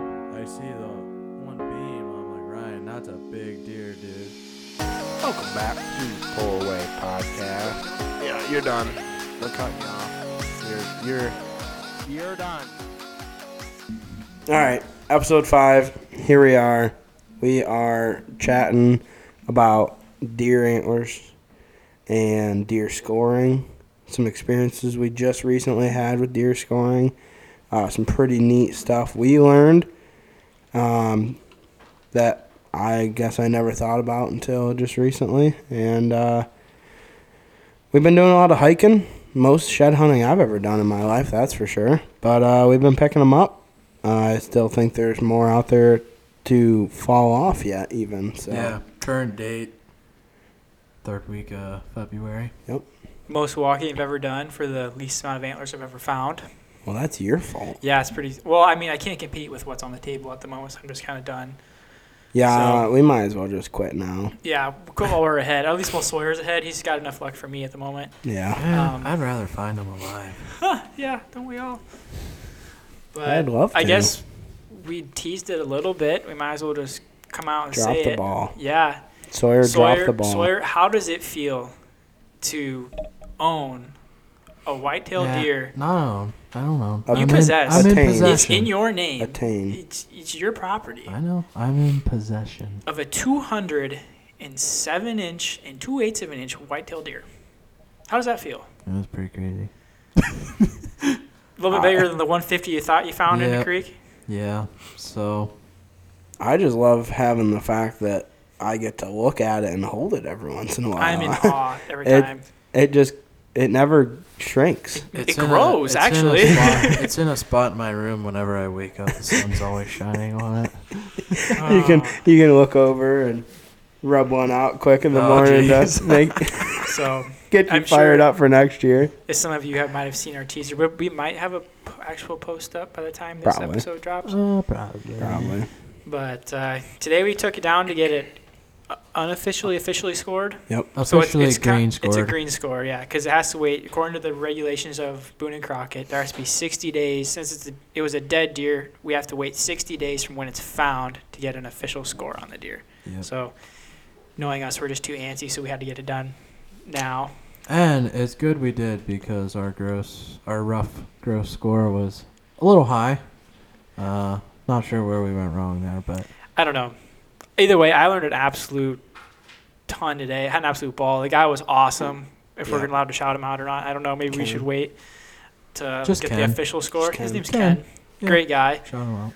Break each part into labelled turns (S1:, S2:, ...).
S1: I see the one beam. I'm like, Ryan, that's a big deer, dude.
S2: Welcome back to Pull Away Podcast. Yeah, you're done. We're cutting you off. You're you're you're done.
S3: All right, episode five. Here we are. We are chatting about deer antlers and deer scoring. Some experiences we just recently had with deer scoring. Uh, some pretty neat stuff we learned um, that I guess I never thought about until just recently. And uh, we've been doing a lot of hiking. Most shed hunting I've ever done in my life, that's for sure. But uh, we've been picking them up. I still think there's more out there to fall off yet, even. So.
S1: Yeah, current date, third week of February.
S4: Most walking I've ever done for the least amount of antlers I've ever found.
S3: Well, that's your fault.
S4: Yeah, it's pretty. Well, I mean, I can't compete with what's on the table at the moment, so I'm just kind of done.
S3: Yeah, we might as well just quit now.
S4: Yeah, we'll go while we're ahead. At least while Sawyer's ahead, he's got enough luck for me at the moment.
S3: Yeah.
S4: Um,
S1: I'd rather find them alive.
S4: Yeah, don't we all? But
S3: I'd love
S4: I
S3: to.
S4: guess we teased it a little bit. We might as well just come out and
S3: Drop
S4: say
S3: the
S4: it.
S3: ball.
S4: Yeah,
S3: Sawyer,
S4: Sawyer.
S3: drop the ball.
S4: Sawyer, how does it feel to own a white-tailed
S1: Yeah,
S4: deer?
S1: Not own. I don't know.
S3: You
S1: I'm
S4: Oh, possess.
S1: In, I'm in
S3: Attain. It's
S4: It's
S1: possession.
S4: in your name.
S3: Attain.
S4: It's, it's your property.
S1: I know. I'm in possession.
S4: of a 207 inch and 2 eighths of an inch whitetail deer. How does that feel?
S1: It was pretty crazy.
S4: A little bit
S3: Uh,
S4: bigger than the 150 you thought you found in
S1: yeah.
S4: the creek?
S1: Yeah. So
S3: I just love having the fact that I get to look at it and hold it every once in a while.
S4: I'm in awe every
S3: It-
S4: time.
S3: it just, it never shrinks.
S4: It
S1: in a-
S4: grows,
S1: it's in a
S4: actually.
S1: spot- it's in a spot in my room. Whenever I wake up, the sun's always shining on it.
S4: Oh.
S3: You can,
S4: Um,
S3: you can look over and rub one out quick in the
S1: Oh,
S3: morning
S1: jeez.
S3: to make,
S4: Oh, so,
S3: get you
S4: I'm
S3: fired
S4: sure-
S3: up for next year.
S4: as some of you have, might have seen our teaser, but we might have a p- actual post up by the time this
S3: Probably.
S4: episode drops.
S1: Oh, probably.
S3: Probably.
S4: But uh, today we took it down to get it uh, unofficially, officially scored. So it's,
S1: Officially
S4: it's, ki-
S1: green
S4: it's a
S1: scored.
S4: green score, yeah, because it has to wait according to the regulations of Boone and Crockett. There has to be 60 days since it's a, it was a dead deer. We have to wait 60 days from when it's found to get an official score on the deer.
S1: Yep.
S4: So, knowing us, we're just too antsy, so we had to get it done now.
S1: And it's good we did because our gross, our rough gross score was a little high. Uh, not sure where we went wrong there, but
S4: I don't know. Either way, I learned an absolute ton today. I had an absolute ball. The guy was awesome. If we're
S3: Yeah.
S4: allowed to shout him out or not, I don't know. Maybe we
S3: Ken.
S4: should wait to
S1: Just
S4: get
S1: Ken.
S4: the official score.
S3: Just
S4: His
S3: Ken.
S4: name's
S1: Ken.
S4: Ken.
S1: Yeah.
S4: Great guy.
S1: shout 'em out.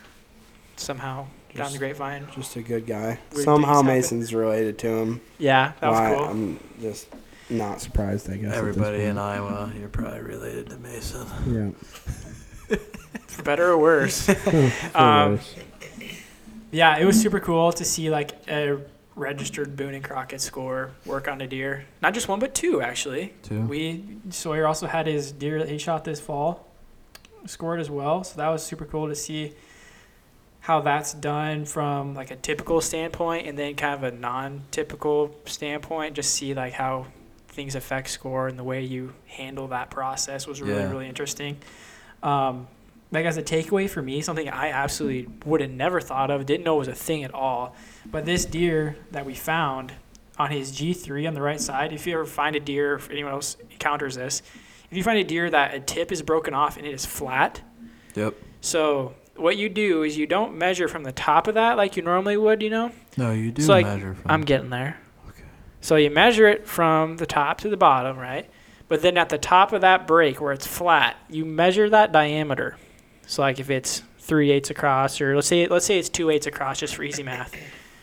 S4: Somehow down
S3: Just-
S4: the grapevine.
S3: Just a good guy.
S4: things
S3: Somehow
S4: happen.
S3: Mason's related to him.
S4: Yeah, that was
S3: Why,
S4: cool.
S3: I'm just not surprised, I guess.
S1: Everybody in Iowa, you're probably related to Mason.
S3: Yeah.
S4: For better or worse. um, yeah, it was super cool to see like a registered Boone and Crockett score work on a deer. Not just one, but two actually.
S1: Too.
S4: We Sawyer also had his deer that he shot this fall scored as well, so that was super cool to see how that's done from like a typical standpoint and then kind of a non-typical standpoint. Just see like how things affect score and the way you handle that process was really
S1: Yeah.
S4: really interesting. Um, like as a takeaway for me, something I absolutely would have never thought of, didn't know was a thing at all. But this deer that we found on his G3 on the right side, if you ever find a deer, if anyone else encounters this, if you find a deer that a tip is broken off and it is flat,
S1: Yep.
S4: so what you do is you don't measure from the top of that like you normally would, you know?
S1: No, you do
S4: So, like,
S1: measure from.
S4: I'm getting there.
S1: Okay.
S4: So you measure it from the top to the bottom, right? But then at the top of that break where it's flat, you measure that diameter. So like if it's three eighths across, or let's say let's say it's two eighths across, just for easy math.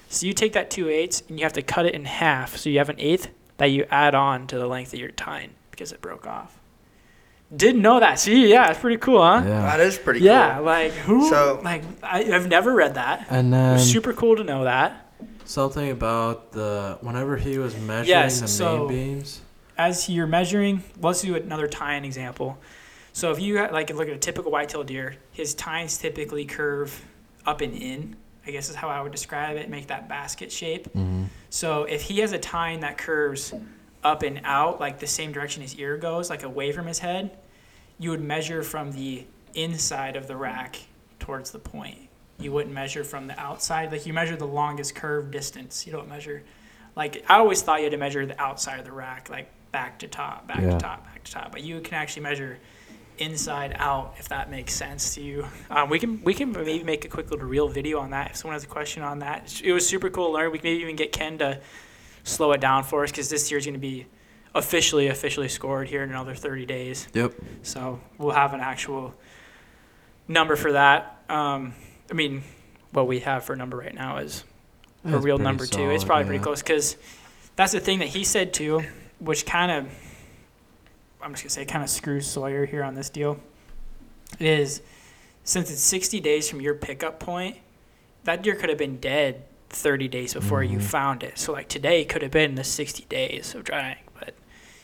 S4: So you take that two eighths and you have to cut it in half. So you have an eighth that you add on to the length of your tine because it broke off. Didn't know that. See, yeah, it's pretty cool, huh?
S1: Yeah.
S2: That is pretty
S4: yeah, like who?
S2: So-
S4: like I, I've never read that.
S1: And
S4: It
S1: then
S4: was super cool to know that.
S1: something about the whenever he was measuring
S4: Yes,
S1: the main
S4: so-
S1: beams.
S4: As you're measuring, let's do another tine example. So if you ha- like look at a typical whitetail deer, his tines typically curve up and in. I guess is how I would describe it. Make that basket shape.
S1: Mm-hmm.
S4: So if he has a tine that curves up and out, like the same direction his ear goes, like away from his head, you would measure from the inside of the rack towards the point. you wouldn't measure from the outside. Like you measure the longest curve distance. You don't measure. Like I always thought you had to measure the outside of the rack, like back to top, back
S1: Yeah.
S4: to top, back to top. But you can actually measure inside out if that makes sense to you. Um, we can we can maybe make a quick little real video on that if someone has a question on that. It was super cool to learn. We can maybe even get Ken to slow it down for us because this year's going to be officially officially scored here in another 30 days.
S1: Yep.
S4: So we'll have an actual number for that. Um, I mean, what we have for a number right now is a
S1: That's
S4: real
S1: pretty
S4: number two. It's
S1: solid,
S4: probably
S1: yeah.
S4: pretty close because that's the thing that he said too, which kind of, I'm just gonna say, kind of screws Sawyer here on this deal. Is since it's 60 days from your pickup point, that deer could have been dead 30 days before you
S1: Mhm.
S4: found it. So like today could have been the 60 days of trying, but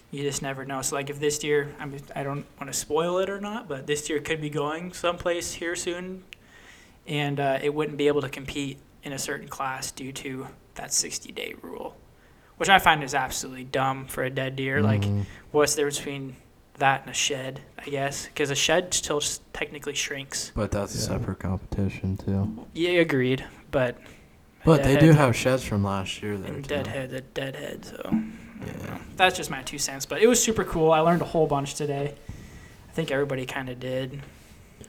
S4: you just never know. So like if this deer, I mean, I don't want to spoil it or not, but this deer could be going someplace here soon, and uh, it wouldn't be able to compete in a certain class due to that 60 day rule, which I find is absolutely dumb for a dead deer. Like
S1: Mhm.
S4: what's the difference between that and a shed? I guess because a shed still s- technically shrinks.
S1: But that's a
S3: Yeah.
S1: separate competition too.
S4: Yeah, agreed, but.
S1: But they do
S4: Deadhead-
S1: have sheds from last year there
S4: and
S1: too.
S4: deadhead the deadhead so
S1: Yeah.
S4: that's just my two cents but it was super cool i learned a whole bunch today i think everybody kind of did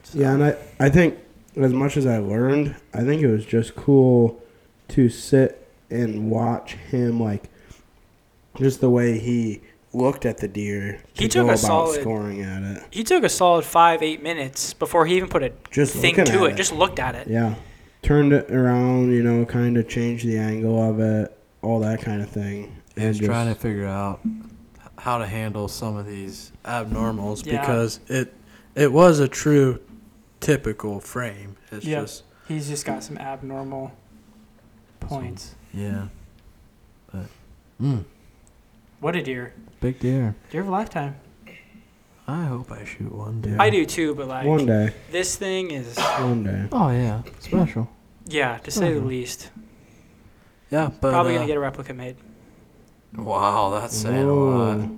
S4: So-
S3: Yeah, and I, I think as much as I learned, I think it was just cool to sit and watch him like just the way he looked at the deer. to
S4: He took
S3: go
S4: a
S3: about
S4: solid-
S3: scoring at it.
S4: he took a solid five eight minutes before he even put a
S3: Just
S4: thing
S3: looking
S4: to
S3: at
S4: it, just looked at it
S3: yeah, turned it around. You know, kind of changed the angle of it, all that kind of thing.
S1: He's
S3: And just-
S1: trying to figure out how to handle some of these abnormals
S4: Yeah.
S1: because it it was a true typical frame. It's
S4: Yeah.
S1: just
S4: he's just got some abnormal points
S1: yeah. But mm,
S4: what a deer
S1: big deer.
S4: deer of a lifetime
S1: I hope I shoot one deer.
S4: i do too but like
S3: one day,
S4: this thing is
S3: one day.
S1: Oh yeah, special.
S4: yeah to say the
S1: Mhm.
S4: least
S1: Yeah, but
S4: probably
S1: uh,
S4: gonna get a replica made
S1: Wow, that's saying a lot.
S3: Whoa.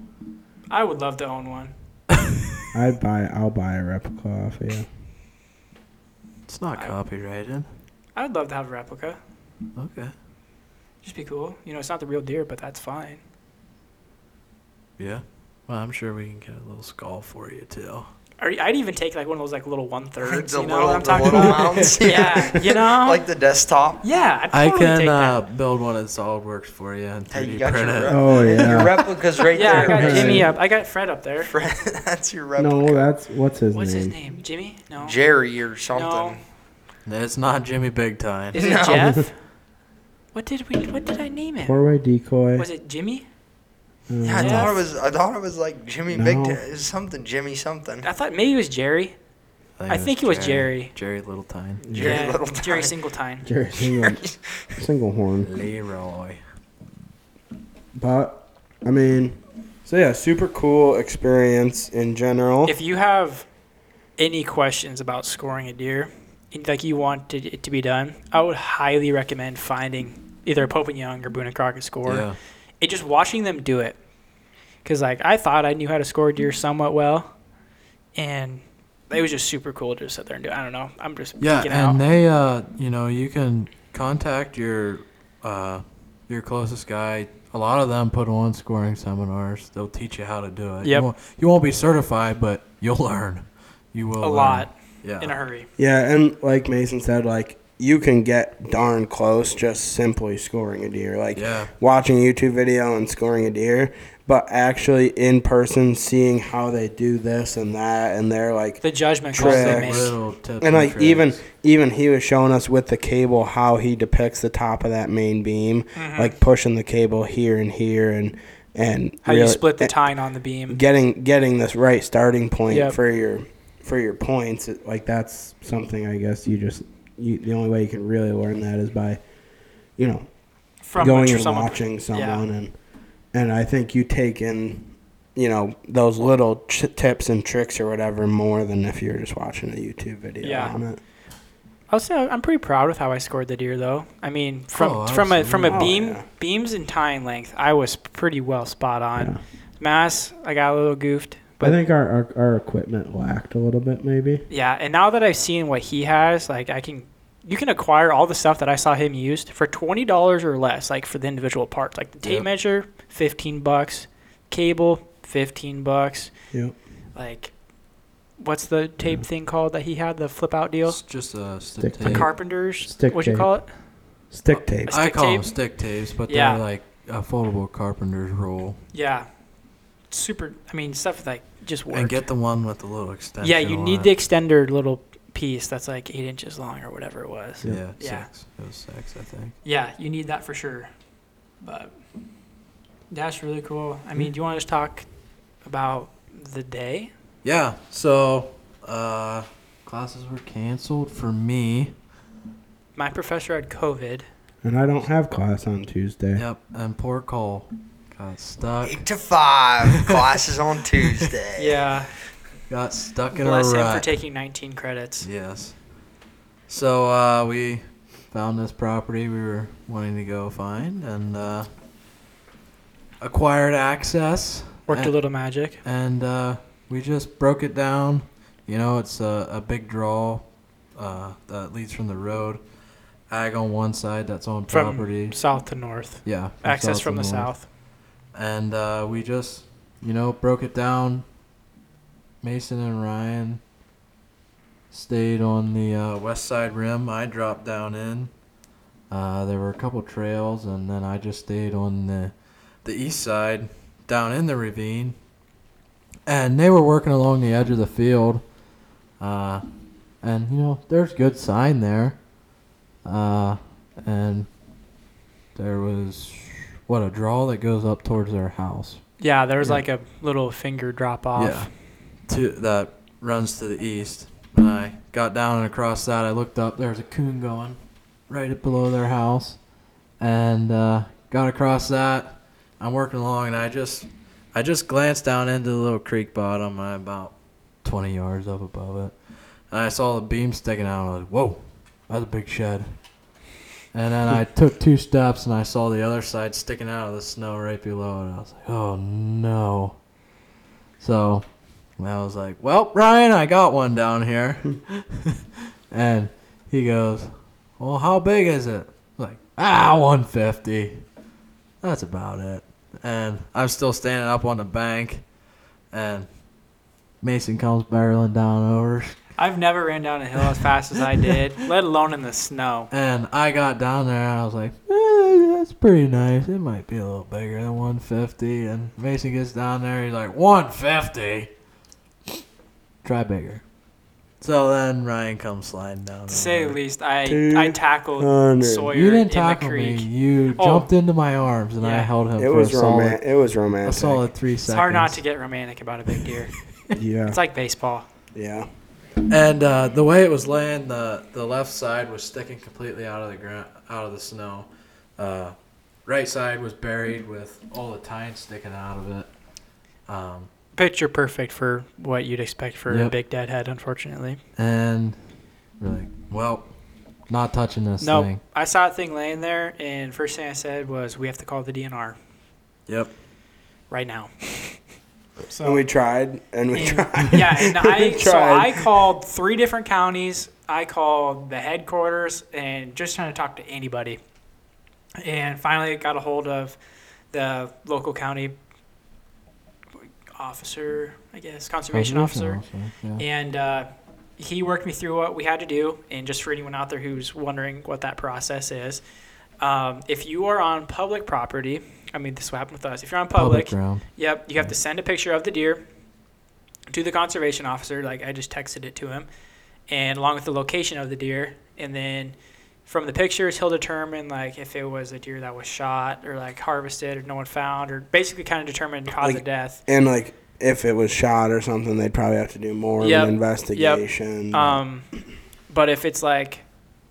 S4: i would love to own one
S3: I'd buy. I'll buy a replica off of you.
S1: It's not
S4: I-
S1: copyrighted.
S4: i would love to have a replica
S1: Okay.
S4: just be cool you know it's not the real deer but that's fine
S1: Yeah. Well, I'm sure we can get a little skull for you too.
S4: Or I'd even take like one of those like little one thirds.
S5: The
S4: You know
S5: little-
S4: what I'm
S5: the
S4: talking
S5: little
S4: about?
S5: mounds?
S4: yeah, you know.
S5: like the desktop.
S4: yeah, I'd
S1: I
S4: totally take
S1: can
S4: that.
S1: uh, build one in SolidWorks for you and 3D
S5: Hey, you got your
S1: print it.
S5: rep-
S3: Oh
S5: Your
S3: yeah.
S5: replica's right
S4: yeah, I
S5: there.
S4: got
S3: Right.
S4: Jimmy up. I got Fred up there.
S5: Friend, that's your replica.
S3: No, that's what's his
S4: What's
S3: name.
S4: his name? Jimmy? No.
S5: Jerry or
S4: No.
S5: something.
S1: It's not Jimmy Big Time.
S4: Is it
S5: No.
S4: Jeff? What did we? What did I name him?
S3: Four-way decoy. Uh,
S4: Was it Jimmy?
S5: Yeah, I
S4: Yeah.
S5: thought it was. I thought it was like Jimmy Big.
S3: No.
S5: T- it was something Jimmy something.
S4: I thought maybe it was Jerry. I think it was Jerry.
S1: Jerry Littletine.
S5: Jerry
S4: yeah,
S5: Little
S4: Jerry Singletine.
S3: Jerry Single, single horn.
S1: Leroy.
S3: But I mean, so yeah, super cool experience in general.
S4: If you have any questions about scoring a deer, and, like you want it it to be done, I would highly recommend finding either a Pope and Young or Boone and Crockett score.
S1: yeah.
S4: it just watching them do it because like i thought i knew how to score deer somewhat well and it was just super cool to just sit there and do it. i don't know i'm just
S1: Yeah,
S4: geeking
S1: and
S4: out.
S1: they, uh, you know, you can contact your uh, your closest guy. A lot of them put on scoring seminars. They'll teach you how to do it.
S4: Yep.
S1: You, won't, you won't be certified, but you'll learn. You will.
S4: a
S1: learn.
S4: lot
S1: Yeah.
S4: in a hurry
S3: yeah, and like Mason said, like you can get darn close just simply scoring a deer, like
S1: Yeah.
S3: watching a YouTube video and scoring a deer. But actually, in person, seeing how they do this and that, and they're like
S4: the judgment calls they
S3: Tricks.
S4: make
S1: Little tips
S3: and like even
S1: tricks.
S3: even he was showing us with the cable how he depicts the top of that main beam
S4: Mm-hmm.
S3: like pushing the cable here and here and and
S4: how you
S3: really-
S4: split the
S3: and
S4: tine on the beam
S3: getting getting this right starting point
S4: Yep.
S3: for your for your points it, like that's something i guess you just you, the only way you can really learn that is by you know
S4: from
S3: going
S4: which
S3: and
S4: someone
S3: watching someone and and i think you take in you know those little ch- tips and tricks or whatever more than if you're just watching a youtube video
S4: Yeah.
S3: on it
S4: I'll say I'm pretty proud of how I scored the deer, though. I mean, from
S1: Oh,
S4: from a from a
S3: absolutely.
S4: beam
S3: Oh, yeah.
S4: beams and tine length, I was pretty well spot on.
S3: Yeah.
S4: Mass, I got a little goofed, but
S3: I think our, our our equipment lacked a little bit, maybe.
S4: Yeah, and now that I've seen what he has, like I can you can acquire all the stuff that I saw him used for twenty dollars or less, like for the individual parts, like the tape
S1: Yep.
S4: measure, fifteen bucks, cable, fifteen bucks,
S3: Yep.
S4: like. What's the tape thing called that he had the flip out deal?
S1: It's just a stick
S3: Stick
S1: tape.
S4: The carpenters.
S3: Stick
S4: What'd you
S3: tape.
S4: call it?
S3: Stick tape.
S1: I
S4: stick
S1: call them
S4: tape?
S1: stick tapes, but
S4: Yeah.
S1: they're like a foldable carpenter's roll.
S4: Yeah. Super. I mean, stuff that just work.
S1: And get the one with the little extension.
S4: yeah, you
S1: on
S4: need the
S1: it.
S4: extender little piece that's like eight inches long or whatever it was. Yeah,
S1: Yeah,
S4: Yeah.
S1: six. It was six, I think.
S4: you need that for sure. But that's really cool. I mean, do you want to just talk about the day?
S1: Yeah. So uh, classes were canceled for me.
S4: My professor had COVID.
S3: And I don't have class on Tuesday.
S1: Yep. And poor Cole got stuck.
S5: Eight to five classes on Tuesday.
S4: Uh, Yeah.
S1: Got stuck in
S4: Bless
S1: a
S4: him
S1: rut.
S4: for taking 19 credits.
S1: Yes. So uh, we found this property we were wanting to go find and uh, acquired access.
S4: Worked
S1: and,
S4: a little magic.
S1: And uh, we just broke it down. You know, it's a, a big draw uh, that leads from the road. Ag on one side, that's on
S4: From
S1: property.
S4: south to north.
S1: yeah. from
S4: Access
S1: south
S4: from
S1: to
S4: the
S1: north
S4: south.
S1: and uh, we just you know broke it down mason and ryan stayed on the uh, west side rim i dropped down in uh, there were a couple trails and then i just stayed on the the east side down in the ravine and they were working along the edge of the field uh, and you know there's good sign there uh, and there was what a draw that goes up towards their house.
S4: Yeah, there was
S1: Yeah.
S4: like a little finger drop off.
S1: Yeah. To that runs to the east. And I got down and across that. I looked up. There's a coon going right up below their house, and uh, got across that. I'm working along, and I just I just glanced down into the little creek bottom. I'm about 20 yards up above it, and I saw the beam sticking out. and I was like, "Whoa, that's a big shed." And then I took two steps, and I saw the other side sticking out of the snow right below it. I was like, "Oh no!" So and I was like, "Well, Ryan, I got one down here," and he goes, "Well, how big is it?" I'm like, ah, 150. That's about it. And I'm still standing up on the bank, and Mason comes barreling down over,
S4: I've never ran down a hill as fast as I did, let alone in the snow.
S1: and I got down there, and I was like, eh, "That's pretty nice. It might be a little bigger than 150." And Mason gets down there, he's like, "150." Try bigger. So then Ryan comes sliding down.
S4: To say the
S1: over.
S4: least, I I
S3: 200.
S4: tackled Sawyer
S1: You didn't
S4: in the
S1: tackle me.
S4: creek.
S1: You
S4: Oh.
S1: jumped into my arms and I
S4: Yeah.
S1: held him
S3: It
S1: for
S3: was
S1: a solid,
S3: romantic. It was
S1: a
S3: romantic.
S1: solid three
S4: It's
S1: seconds.
S4: hard not to get romantic about a big deer.
S3: Yeah.
S4: It's like baseball.
S3: Yeah.
S1: And uh, the way it was laying, the the left side was sticking completely out of the ground, out of the snow. Uh, right side was buried with all the tines sticking out of it. Um,
S4: Picture perfect for what you'd expect for a
S1: Yep.
S4: big deadhead, unfortunately.
S1: and we're like, well, not touching this
S4: No,
S1: thing.
S4: I saw a thing laying there, and first thing I said was, "We have to call the DNR
S1: Yep.
S4: right now."
S3: And we tried, and we
S4: And-
S3: tried.
S4: yeah, and I
S3: We
S4: so
S3: tried.
S4: I called three different counties. I called the headquarters and just trying to talk to anybody. And finally got a hold of the local county officer, I guess, conservation officer.
S1: Oh, yeah.
S4: And uh, he worked me through what we had to do. And just for anyone out there who's wondering what that process is, um, if you are on public property, I mean, this will happen with us. If you're on
S1: Public
S4: public
S1: ground.
S4: Yep, you have to send a picture of the deer to the conservation officer. Like I just texted it to him, and along with the location of the deer, and then from the pictures he'll determine like if it was a deer that was shot or like harvested or no one found or basically kind of determine cause of
S3: Like-
S4: death.
S3: And like, if it was shot or something, they'd probably have to do more
S4: Yep.
S3: of
S4: Yep.
S3: an investigation.
S4: Um, but if it's like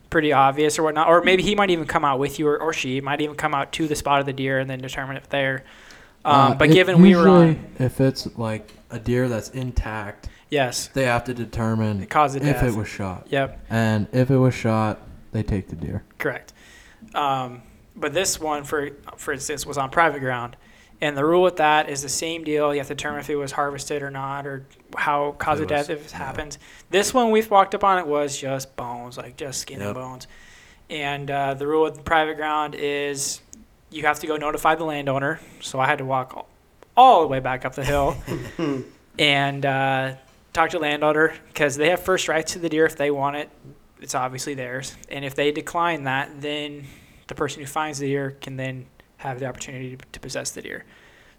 S4: pretty obvious or whatnot, or maybe he might even come out with you or, or she might even come out to the spot of the deer and then determine it there.
S1: Uh,
S4: Um, but
S1: it
S4: given we were
S1: usually,
S4: on,
S1: if it's like a deer that's intact,
S4: yes,
S1: they have to determine
S4: the cause of
S1: if
S4: death.
S1: it was shot.
S4: yep.
S1: And if it was shot, they take the deer.
S4: Correct. Um, but this one, for for instance, was on private ground, And the rule with that is the same deal. You have to determine if it was harvested or not, or how cause
S1: It
S4: of death
S1: was-
S4: if it happens. This one we've walked up on it was just bones, like just skin
S1: Yep.
S4: and bones. And uh, the rule with private ground is you have to go notify the landowner. So I had to walk all, all the way back up the hill and uh, talk to the landowner because they have first rights to the deer if they want it. It's obviously theirs. And if they decline that, then the person who finds the deer can then have the opportunity to, to possess the deer.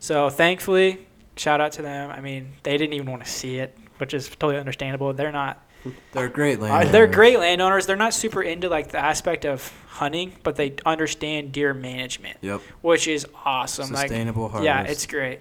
S4: So thankfully, shout out to them. I mean, they didn't even want to see it, which is totally understandable. They're not.
S1: They're great
S3: I-
S1: landowners.
S4: Uh, They're great landowners. They're not super into like the aspect of hunting, but they understand deer management,
S1: Yep.
S4: which is awesome. Like
S1: Sustainable harvest.
S4: yeah, it's great.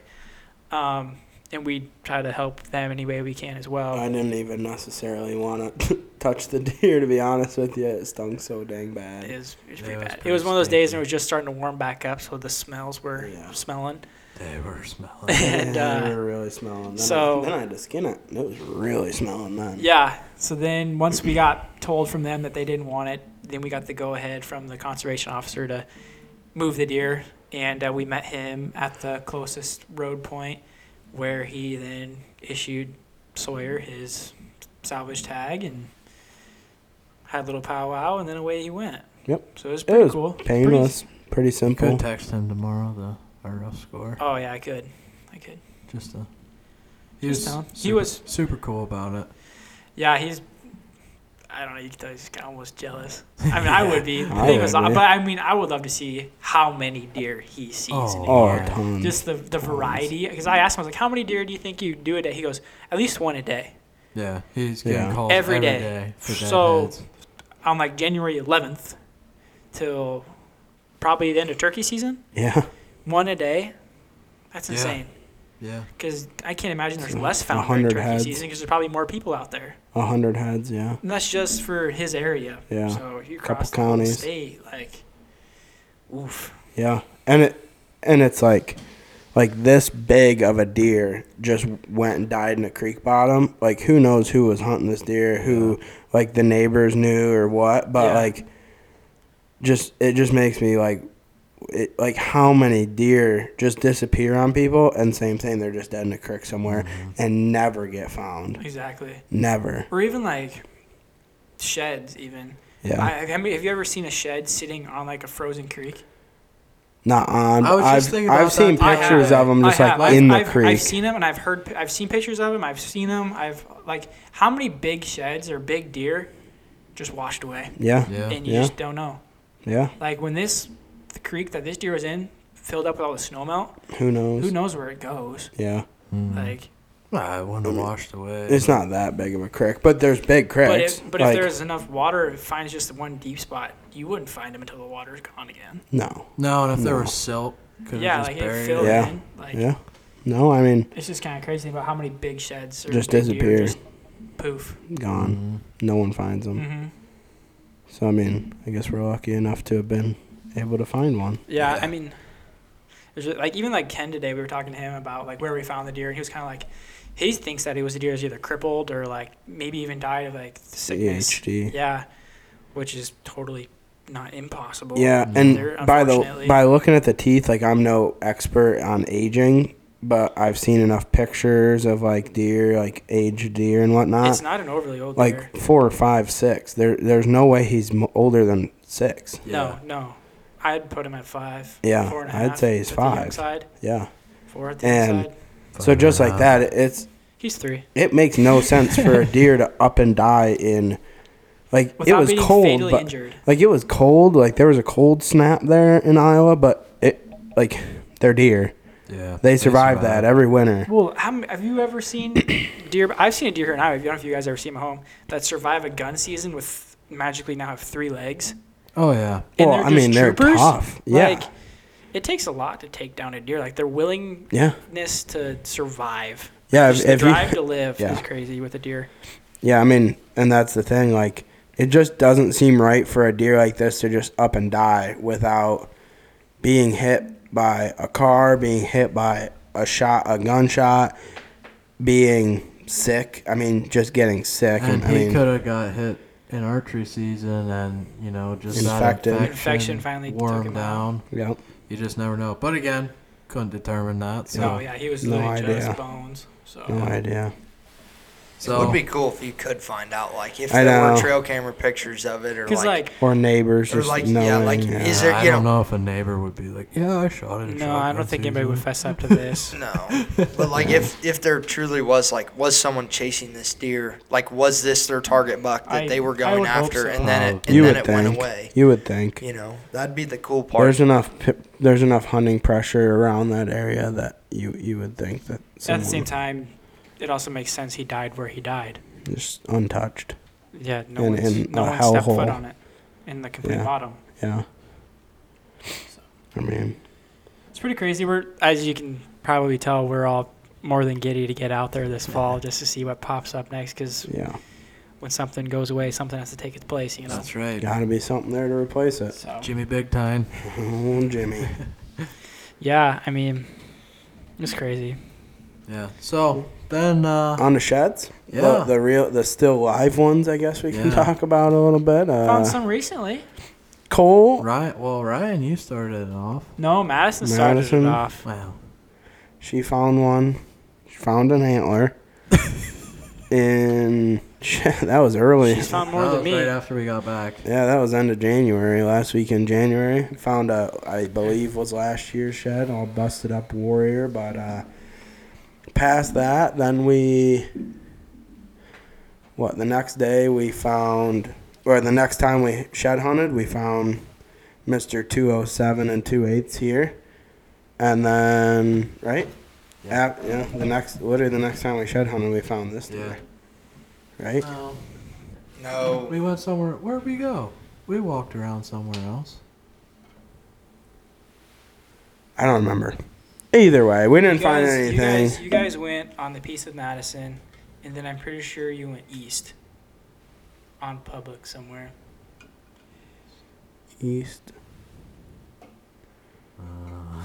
S4: Um, and we try to help them any way we can as well.
S3: I didn't even necessarily want to touch the deer, to be honest with you. It stung so dang bad.
S4: It was, it was
S1: Yeah,
S4: pretty
S1: it was
S4: bad. it
S1: pretty
S4: was one of those days and
S1: stinky.
S4: it was just starting to warm back up, so the smells were
S3: Yeah.
S4: smelling.
S1: They were smelling.
S4: And
S3: Yeah,
S4: uh,
S3: we were really smelling. Then
S4: so-
S3: I, then I had to skin it. and It was really smelling then.
S4: yeah, so then once we got told from them that they didn't want it, then we got the go ahead from the conservation officer to move the deer, and uh, we met him at the closest road point, where he then issued Sawyer his salvage tag and had a little powwow, and then away he went.
S3: Yep.
S4: So it was
S3: It
S4: pretty
S3: was
S4: cool.
S3: painless. Pretty, simple.
S1: Could text him tomorrow the our rough score.
S4: Oh yeah, I could, I could.
S1: Just a. He
S4: Just
S1: was,
S4: tell him.
S1: super,
S4: He was-
S1: super cool about it.
S4: Yeah, he's. I don't know. You can tell he's kinda almost jealous. I mean, I would be. The
S3: I
S4: thing is,
S3: would
S4: uh,
S3: be.
S4: but I mean, I would love to see how many deer he sees in a
S1: Oh,
S3: Oh,
S4: year.
S3: a ton.
S4: Just the the variety. Because I asked him, I was like, "How many deer do you think you do a day?" He goes, "At least one a day."
S1: Yeah, he's getting
S3: Yeah.
S1: calls
S4: Every
S1: every
S4: day.
S1: day. for
S4: So-
S1: deadheads.
S4: On like January 11th, till probably the end of turkey season,
S3: yeah.
S4: one a day. That's
S1: Yeah.
S4: insane.
S1: yeah,
S4: Because I can't imagine there's
S3: It's
S4: less
S3: a
S4: found during
S3: hundred
S4: turkey
S3: heads.
S4: season because there's probably more people out there.
S3: A hundred heads, yeah.
S4: And that's just for his area.
S3: Yeah.
S4: So you
S3: Couple
S4: cross the whole
S3: counties.
S4: state, like, oof.
S3: Yeah. And it and it's like like this big of a deer just went and died in a creek bottom. Like who knows who was hunting this deer, who like the neighbors knew or what, but
S4: Yeah.
S3: like just it just makes me like it, like how many deer just disappear on people and same thing they're just dead in a creek somewhere and never get found
S4: Exactly.
S3: never
S4: Or even like sheds, even.
S3: yeah
S4: I, I mean, have you ever seen a shed sitting on like a frozen creek?
S3: not on
S1: I was just
S3: i've,
S1: thinking
S3: I've
S1: about
S3: seen
S1: that the other
S3: pictures
S1: day.
S3: of them just
S4: I
S3: like
S4: have.
S3: in the
S4: I've,
S3: creek
S4: I've seen them and I've heard, I've seen pictures of them. I've seen them. I've like, how many big sheds or big deer just washed away?
S3: yeah
S1: yeah.
S4: And you
S3: Yeah.
S4: just don't know.
S3: yeah
S4: Like when this the creek that this deer was in filled up with all the snowmelt,
S3: who knows
S4: who knows where it goes?
S3: yeah
S1: Mm.
S4: Like,
S1: I wouldn't have washed away.
S3: Mm-hmm. It's not that big of a creek, but there's big
S4: but
S3: cricks.
S4: if, but
S3: like,
S4: if there's enough water, it finds just the one deep spot. You wouldn't find them until the water's gone again.
S3: no,
S1: no, and if there
S3: No.
S1: was silt, could have
S4: yeah,
S1: just
S4: like it
S1: buried
S4: filled
S1: it.
S3: Yeah.
S4: in. Like,
S3: yeah, no, I mean,
S4: It's just kind of crazy about how many big sheds or
S3: Just
S4: big deer
S3: disappear.
S4: just poof.
S3: gone.
S1: Mhm.
S3: No one finds them.
S4: Mm-hmm.
S3: So I mean, I guess we're lucky enough to have been able to find one.
S4: Yeah,
S1: Yeah.
S4: I mean, there's just, like even like Ken today, we were talking to him about like where we found the deer, and he was kind of like, he thinks that it was a deer is either crippled or like maybe even died of like sickness.
S3: CHD.
S4: Yeah, which is totally not impossible.
S3: Yeah,
S4: They're-
S3: and by the
S4: unfortunately-
S3: by looking at the teeth, like I'm no expert on aging, but I've seen enough pictures of like deer, like aged deer and whatnot.
S4: it's not an overly old deer.
S3: like four or five, six. There, there's no way he's m- older than six.
S1: Yeah.
S4: No, no, I'd put him at five.
S3: Yeah,
S4: four and a
S3: I'd
S4: half
S3: say he's
S4: at the young
S3: five.
S4: side,
S3: Yeah.
S4: four at the
S3: And-
S4: young side.
S3: So
S1: Five
S3: just
S1: and a
S3: like
S1: half.
S3: that, it's
S4: He's three.
S3: it makes no sense for a deer to up and die in like
S4: Without
S3: it was
S4: being
S3: cold
S4: fatally
S3: but
S4: injured.
S3: like it was cold like there was a cold snap there in Iowa but it like they're deer
S1: Yeah,
S3: they survive that every winter
S4: Well, how, m- have you ever seen deer? I've seen a deer here in Iowa. I don't know if you guys ever seen my home that survive a gun season with magically now have three legs.
S1: Oh yeah,
S4: And
S3: well
S4: they're
S3: I mean
S4: just
S3: they're
S4: troopers?
S3: tough yeah
S4: Like, it takes a lot to take down a deer. Like their willingness
S3: yeah
S4: to survive,
S3: yeah if,
S4: just the
S3: if you
S4: drive to live
S3: Yeah.
S4: is crazy with a deer.
S3: yeah I mean and that's the thing like it just doesn't seem right for a deer like this to just up and die without being hit by a car being hit by a shot a gunshot being sick I mean just getting sick
S1: and
S3: I
S1: he
S3: mean,
S1: could have got hit in archery season, and you know just that
S3: Infected.
S1: infection,
S4: Infection finally
S1: wore
S4: took
S1: him
S4: him out.
S1: down.
S3: Yep.
S1: You just never know. But again, couldn't determine that. So,
S4: oh yeah, he was
S3: No
S4: literally
S3: idea.
S4: just bones. So
S3: No idea.
S5: it
S1: so uh,
S5: would be cool if you could find out, like, if
S3: I
S5: there
S3: know.
S5: were trail camera pictures of it, or
S4: because
S5: like,
S4: like,
S3: Or neighbors,
S5: Or
S3: just
S5: like-
S3: knowing.
S5: yeah, like, is there-
S1: I
S5: you
S1: don't
S5: know-
S1: know if a neighbor would be like, yeah, I shot it.
S4: no, I don't think anybody would fess up to this.
S5: no, but like if if there truly was like was someone chasing this deer, like was this their target buck that
S4: I-
S5: they were
S4: I
S5: going
S4: would hope
S5: after,
S4: so.
S5: and then it and
S3: you
S5: then
S3: would
S5: it
S3: think.
S5: went away.
S3: You would think.
S5: You know, that'd be the cool part.
S3: There's enough. pi- There's enough hunting pressure around that area that you you would think that
S4: At the same
S3: someone
S4: time, it also makes sense he died where he died.
S3: just untouched.
S4: Yeah, no
S3: In-
S4: one,
S3: in
S4: no
S3: a
S4: one stepped foot
S3: hellhole.
S4: on it in the complete
S3: Yeah.
S4: bottom.
S3: Yeah. I mean,
S4: It's pretty crazy. We're as you can probably tell, we're all more than giddy to get out there this fall just to see what pops up next. Because
S3: yeah,
S4: when something goes away, something has to take its place. You know.
S1: That's right.
S3: got to be something there to replace it.
S4: So
S1: Jimmy Big Time.
S3: Oh, Jimmy.
S4: yeah, I mean, it's crazy.
S1: Yeah. So then, uh,
S3: On the sheds.
S1: Yeah.
S3: The, the real, the still live ones. I guess we can
S1: Yeah.
S3: talk about a little bit.
S4: Found
S3: Uh,
S4: some recently.
S3: Cole.
S1: Ryan. Well, Ryan, you started it off.
S4: No, Madison started
S3: Madison?
S4: it off.
S1: Wow.
S3: She found one. She found an antler. and that was early.
S4: She's found more
S1: that
S4: than
S1: was
S4: me.
S1: right after we got back.
S3: Yeah, that was end of January, last week in January. Found a, I believe was last year's shed, all busted up warrior, but uh past that, then we what, the next day we found or the next time we shed hunted, we found Mr. 207 and 2 eighths here. And then, right? Yeah. yeah, the next literally the next time we shed hunted, we found this
S1: Yeah.
S3: deer. Right?
S1: No.
S5: no,
S1: We went somewhere. Where'd we go? We walked around somewhere else.
S3: I don't remember. Either way, we didn't
S4: You
S3: find
S4: guys- You
S3: anything.
S4: guys, you guys went on the piece of Madison, and then I'm pretty sure you went east on public somewhere.
S3: East.
S1: Uh,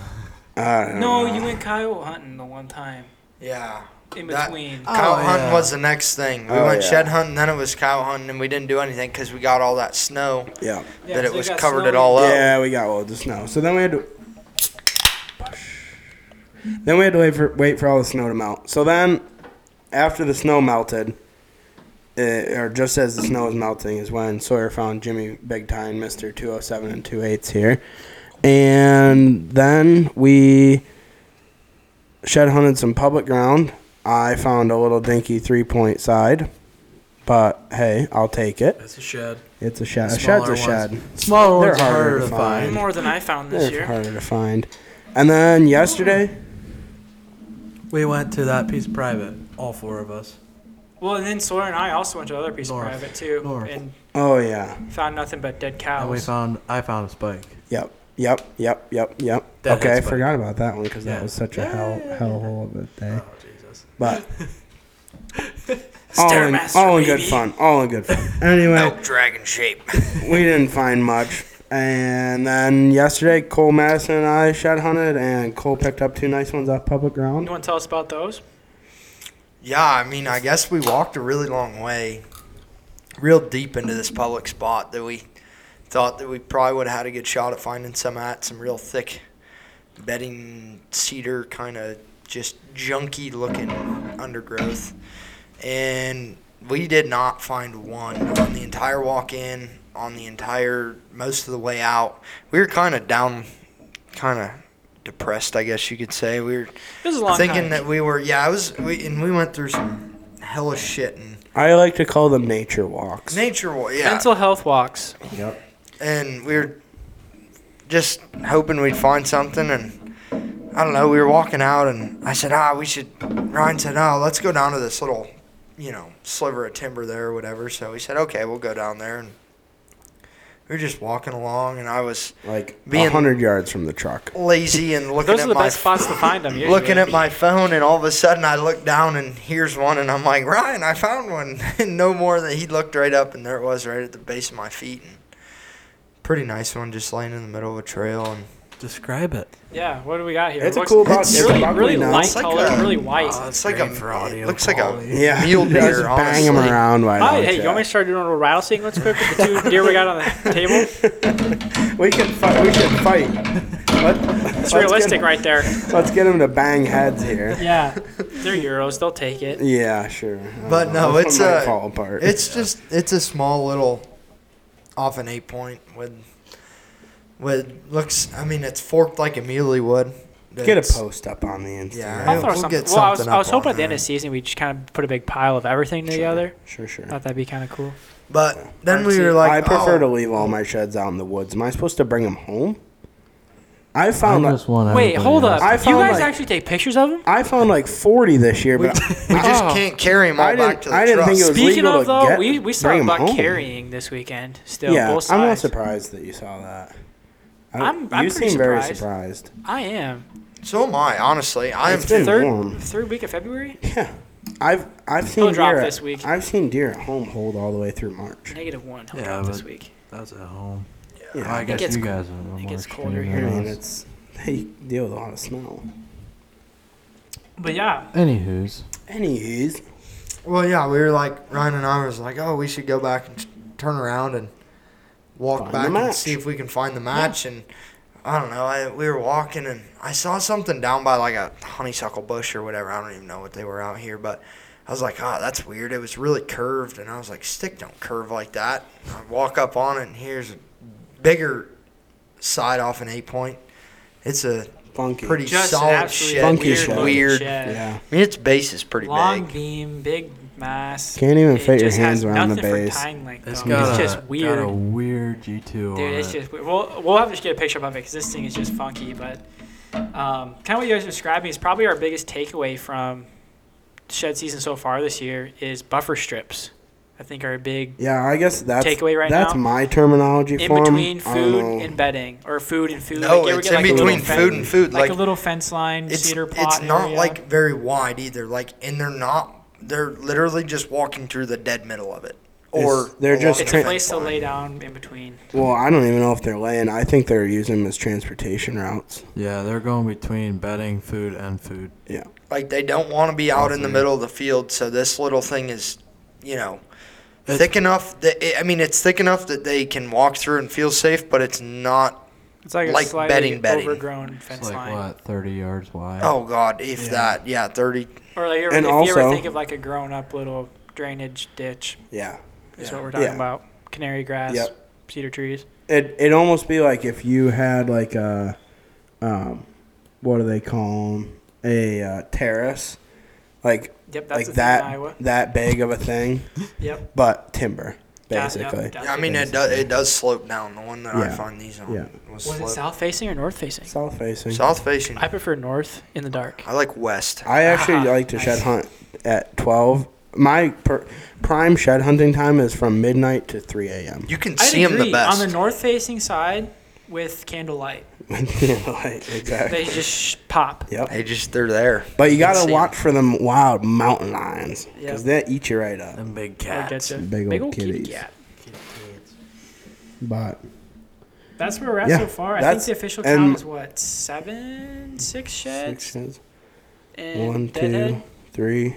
S3: I don't
S4: No,
S3: know.
S4: you went coyote hunting the one time
S5: yeah,
S4: in
S5: That-
S4: between.
S5: cow
S1: Oh,
S5: hunting
S1: yeah.
S5: was the next thing. We
S3: Oh,
S5: went
S3: yeah.
S5: shed hunting, then it was cow hunting, and we didn't do anything because we got all that snow
S3: Yeah.
S4: Yeah,
S5: that
S4: 'cause
S5: it was
S4: got
S5: covered it
S4: snowy.
S5: all up.
S3: Yeah, we got loads of snow. So then we had to. Then we had to wait for wait for all the snow to melt. So then, after the snow melted, eh, or just as the snow was melting, is when Sawyer found Jimmy Big Time, Mister Two Hundred Seven and Two Eights here, and then we shed hunted some public ground. I found a little dinky three point side, but hey, I'll take it.
S1: It's a shed.
S3: It's a shed. A shed's a
S1: ones.
S3: shed.
S1: Smaller
S3: They're
S1: ones are
S3: harder
S1: harder
S3: to
S1: to find.
S4: More than I found this
S3: They're
S4: year.
S3: harder to find. And then yesterday,
S1: We went to that piece of private, all four of us.
S4: Well, and then Sawyer and I also went to other piece
S1: North.
S4: of private too,
S1: North.
S4: and
S3: oh yeah,
S4: found nothing but dead
S1: And we
S4: cows.
S1: found, I found a spike.
S3: yep, yep, yep, yep, yep.
S1: That
S3: okay, I
S1: hits, bud.
S3: forgot about that one because that
S1: Yeah.
S3: was such a hell hellhole of a day.
S1: Oh, Jesus.
S3: But all in,
S4: Stairmaster,
S3: all in good
S4: baby.
S3: fun. All in good fun. Anyway,
S5: Elk dragon shape.
S3: we didn't find much. And then yesterday, Cole Madison and I shed hunted, and Cole picked up two nice ones off public
S4: You
S3: ground.
S4: want to tell us about those?
S5: Yeah, I mean, I guess we walked a really long way, real deep into this public spot that we thought that we probably would have had a good shot at finding some at some real thick bedding cedar kind of just junky looking undergrowth, and we did not find one on the entire walk in, on the entire most of the way out. We were kind of down, kind of depressed, I guess you could say. We were
S4: This is a long
S5: thinking
S4: time.
S5: that we were yeah i was we, and we went through some hellish shit and
S3: I like to call them nature walks.
S5: nature wa- yeah
S4: Mental health walks.
S3: Yep.
S5: and we were just hoping we'd find something and i don't know we were walking out and i said ah we should ryan said oh let's go down to this little you know sliver of timber there or whatever so we said okay we'll go down there and we were just walking along and i was
S3: Like
S5: Being-
S3: a hundred yards from the truck.
S5: lazy and looking
S4: Those
S5: at
S4: are the
S5: my
S4: best spots to find them. usually.
S5: looking at my phone and all of a sudden I look down and here's one and I'm like, Ryan, I found one. And no more than he looked right up and there it was right at the base of my feet and pretty nice one just laying in the middle of a trail and
S1: Describe it.
S4: Yeah, what do we got here?
S3: It's a
S4: It looks-
S3: cool buck. It's a
S4: really,
S3: buck we
S4: really
S3: know.
S4: light
S5: It's like
S4: color,
S5: a-
S4: really white.
S1: Oh,
S5: it's like a
S1: great for audio
S5: it looks like
S1: quality.
S5: a
S3: Yeah,
S5: mule
S3: just
S5: deer.
S3: bang them
S5: honestly.
S3: around. Why
S4: Hi,
S3: don't
S4: hey, you want me to start doing a little rattle sequence quick with the two deer we got on the table?
S3: We can fight. We can fight.
S4: It's realistic
S3: get,
S4: right there.
S3: Let's get him to bang heads here.
S4: Yeah. They're Euros. They'll take it.
S3: Yeah, sure. I
S5: But
S3: don't
S5: no,
S3: This
S5: it's
S3: one might
S5: a-
S3: fall apart.
S5: It's just it's a small little off an eight point with with looks. I mean, it's forked like a muley would.
S3: get a
S5: It's-
S3: post up on the Instagram.
S5: Yeah.
S4: I'll throw
S5: We'll
S4: something.
S5: get
S4: Well, I was,
S5: something
S4: I was
S5: up
S4: hoping
S5: on
S4: at the end of
S5: that.
S4: the season we just kind of put a big pile of everything together.
S3: Sure, sure.
S4: Thought that'd be kind of cool.
S5: But then we
S4: Artsy.
S5: were like,
S3: I prefer
S5: oh,
S3: to leave all my sheds out in the woods. Am I supposed to bring them home? I
S1: I
S3: found
S1: just want
S4: Wait,
S1: everybody
S4: hold
S1: else.
S4: up.
S3: I
S4: you
S3: found,
S4: guys
S3: like-
S4: actually take pictures of them?
S3: I found like 40 this year,
S5: we,
S3: but
S5: we just
S1: Oh.
S5: can't carry them all
S3: I
S5: back
S3: didn't.
S5: to the
S3: I didn't
S5: truck.
S3: think it was
S4: Speaking
S3: legal
S4: of
S3: to
S4: though,
S3: get-
S4: we, we saw
S3: bring 'em
S4: about
S3: home.
S4: carrying this weekend. Still,
S3: yeah,
S4: both sides.
S3: I'm not surprised that you saw that. I,
S4: I'm- I'm
S3: you
S4: pretty
S3: seem very
S4: surprised.
S3: surprised.
S4: I am.
S5: So am I, honestly. I am
S3: It's been
S5: too.
S4: Third
S3: warm.
S4: third week of February,
S3: Yeah, I've I've seen
S4: drop
S3: deer. at-
S4: this week.
S3: I've seen deer at home hold all the way through March.
S4: negative one. He'll
S1: Yeah,
S4: drop this
S1: but-
S4: week.
S1: That's at home. Oh,
S3: Yeah,
S1: I
S4: It
S1: guess
S4: gets
S1: you
S4: co-
S1: guys are a little
S4: it
S1: more
S4: gets
S1: extreme
S4: colder
S1: than
S3: I
S4: here.
S1: us.
S3: mean it's they deal with a lot of snow.
S4: But yeah,
S1: Anywho's.
S3: Anywho's,
S5: Well, yeah, we were like Ryan and I was like, oh, we should go back and t- turn around and walk
S3: Find the
S5: back and
S3: match.
S5: see if we can find the match. And I don't know, I, we were walking and I saw something down by like a honeysuckle bush or whatever. I don't even know what they were out here, but I was like, ah, that's weird. It was really curved, and I was like, stick don't curve like that. And I walk up on it, and here's a bigger side off an eight point. It's a
S3: funky.
S5: pretty
S4: just
S5: solid
S4: absolutely
S5: shit.
S3: Funky
S4: weird.
S5: It's
S3: shit.
S4: looking
S5: weird.
S4: shed.
S3: Yeah,
S5: I mean, its base is pretty
S4: Long
S5: big.
S4: beam, big mass.
S3: Can't even
S4: It
S3: fit your
S4: just has
S3: hands around the
S4: nothing for
S3: base.
S4: tying length,
S1: It's
S4: though.
S1: got,
S4: it's
S1: a,
S4: just weird.
S1: got a weird G2 on
S4: Dude, it's
S1: it.
S4: just weird. We'll, we'll have to get a picture up of it because this thing is just funky. But um, kind of what you guys are describing is probably our biggest takeaway from shed season so far this year is buffer strips. I think are a big
S3: yeah. I guess that's
S4: Takeaway right
S3: That's
S4: now?
S3: my terminology
S4: in
S3: for 'em.
S4: between
S3: I don't know.
S4: food and bedding or food and food.
S5: No,
S4: Like, you ever
S5: it's
S4: get,
S5: in
S4: like, a little
S5: between
S4: fen-
S5: food and food.
S4: Like,
S5: Like,
S4: a little fence line,
S5: it's,
S4: cedar plot.
S5: It's not
S4: area.
S5: like very wide either. Like, and they're not. They're literally just walking through the dead middle of it. Or
S3: It's- they're
S5: along
S3: just
S5: the
S4: it's a
S3: tra-
S4: place to
S5: fence
S4: lay
S5: line.
S4: down in between.
S3: Well, I don't even know if they're laying. I think they're using them as transportation routes.
S1: yeah, they're going between bedding, food, and food.
S3: Yeah.
S5: Like they don't want to be out in the middle of the field. So this little thing is, you know,
S1: It's-
S5: thick enough that I mean, it's thick enough that they can walk through and feel safe. But it's not.
S4: It's like,
S5: Like
S4: a slightly
S5: bedding, bedding.
S4: overgrown fence
S1: It's like,
S4: line.
S1: what, 30 yards wide?
S5: Oh God, if
S3: Yeah.
S5: that, yeah, thirty.
S4: Or like, if
S3: And
S4: you ever
S3: also-
S4: think of like a grown up little drainage ditch
S3: Yeah.
S4: is
S5: Yeah.
S4: what we're talking
S3: Yeah.
S4: about. Canary grass,
S3: Yep.
S4: cedar trees.
S3: It it'd almost be like if you had like a, um, what do they call 'em? A uh, terrace, like
S4: Yep, that's
S3: like
S4: a that,
S3: that
S4: thing in Iowa.
S3: that big of a thing,
S4: Yep.
S3: but timber
S4: Yeah, yeah,
S3: basically.
S4: yeah.
S5: I mean, it does. It does slope down. The one that I
S3: Yeah.
S5: find these on
S3: Yeah.
S5: was,
S4: Was it
S5: sloped.
S4: south facing or north facing?
S3: South facing.
S5: south facing.
S4: I prefer north in the dark.
S5: I like west.
S3: I actually
S4: Ah,
S3: like to
S4: nice.
S3: shed hunt at twelve. My per, prime shed hunting time is from midnight to three a.m.
S5: You can
S4: I
S5: see them the best.
S4: On the north facing side with candlelight,
S3: Right,
S4: they
S3: exactly.
S4: just sh- pop.
S3: Yep.
S5: They just they're there.
S3: But you
S5: You can
S3: gotta
S5: see
S3: watch for them wild mountain lions because they eat you right up.
S1: Them big
S4: Like,
S1: cats.
S4: that's a
S3: Big
S4: big
S3: old
S4: old kitty
S3: kitties.
S4: cat.
S3: But
S4: That's where we're at
S3: Yeah,
S4: so far. I think
S3: that's-
S4: the official
S3: and-
S4: count is what seven, six sheds,
S3: six sheds.
S4: and
S3: One,
S4: deadhead?
S3: two, three,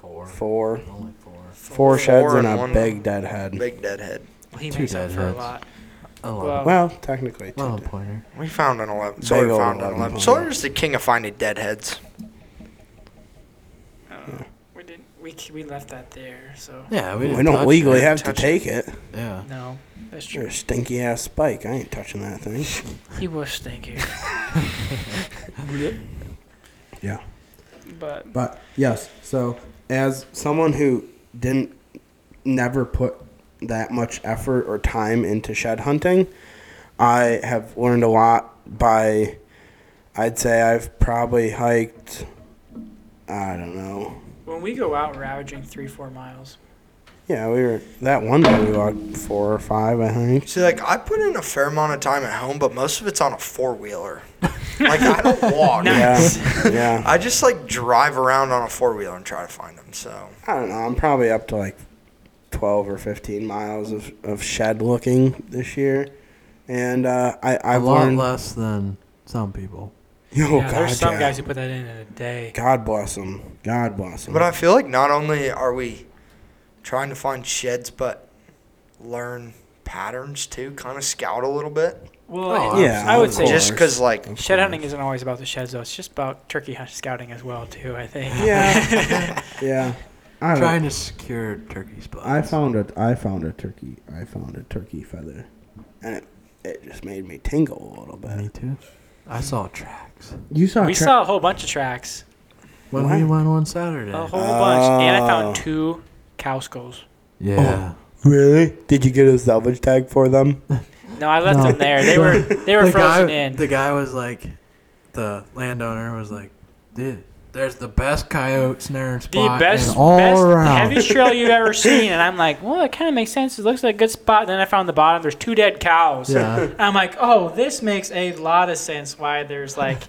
S1: Four.
S3: four.
S1: Only four.
S3: Four sheds and
S5: and
S3: a
S5: one-
S3: big deadhead.
S5: Big deadhead.
S4: Well, he
S1: Two
S4: makes up for a
S1: deadheads.
S4: lot.
S1: Eleven.
S4: Well,
S3: Well, technically, two
S1: Eleven
S3: dead-
S1: pointer.
S5: We found an eleven. Sawyer
S3: old
S5: found an
S3: 11
S5: eleven.
S3: pound.
S5: Sawyer's the king of finding deadheads.
S4: uh, we didn't. We c- we left that there. So
S1: Yeah, we,
S3: We
S1: didn't touch
S3: don't legally
S1: it.
S3: have to
S5: touch
S3: take it.
S1: Yeah.
S4: no, that's true.
S3: You're a stinky ass spike. I ain't touching that thing.
S4: He was stinky.
S3: Yeah.
S4: But
S3: But yes, so as someone who didn't never put that much effort or time into shed hunting, I have learned a lot by I'd say I've probably hiked I don't know.
S4: when we go out, we're averaging three, four miles.
S3: Yeah, we were that one day we walked four or five, I think.
S5: See, like I put in a fair amount of time at home, but most of it's on a four wheeler. like I don't walk.
S3: Oh, Yeah. yeah.
S5: I just like drive around on a four wheeler and try to find them. So
S3: I don't know, I'm probably up to like twelve or fifteen miles of, of shed looking this year. And uh, I,
S1: A
S3: I've
S1: lot
S3: learned
S1: less than some people.
S3: Oh,
S4: yeah, there's some
S3: yeah.
S4: guys who put that in in a day.
S3: God bless them. God bless them.
S5: But I feel like not only are we trying to find sheds, but learn patterns too, kind of scout a little bit.
S4: Well,
S1: Oh,
S4: it-
S3: Yeah,
S4: I would
S3: of
S4: say
S5: Just
S3: course.
S5: because, like,
S4: shed hunting isn't always about the sheds, though. It's just about turkey hunt scouting as well, too. I think.
S3: Yeah. yeah. I, don't-
S1: Trying to secure turkey spots.
S3: I found a I found a turkey. I found a turkey feather, and it, it just made me tingle a little
S1: Me
S3: bit.
S1: too. I saw tracks
S3: You saw
S4: we
S3: tra-
S4: saw a whole bunch of tracks,
S1: when
S3: What?
S1: we went on Saturday.
S4: a whole bunch, and I found
S3: Oh.
S4: two cow skulls.
S1: yeah,
S3: really? Did you get a salvage tag for them?
S4: No, I left
S1: No.
S4: them there. They were they were
S1: the
S4: frozen
S1: guy,
S4: in.
S1: The guy was like, the landowner was like, dude, there's the best coyote snaring
S4: the
S1: spot
S4: best,
S1: in all
S4: best
S1: around.
S4: heaviest trail you've ever seen. And I'm like, well, it kind of makes sense. It looks like a good spot. And then I found the bottom. There's two dead cows.
S1: Yeah.
S4: I'm like, oh, this makes a lot of sense. Why there's like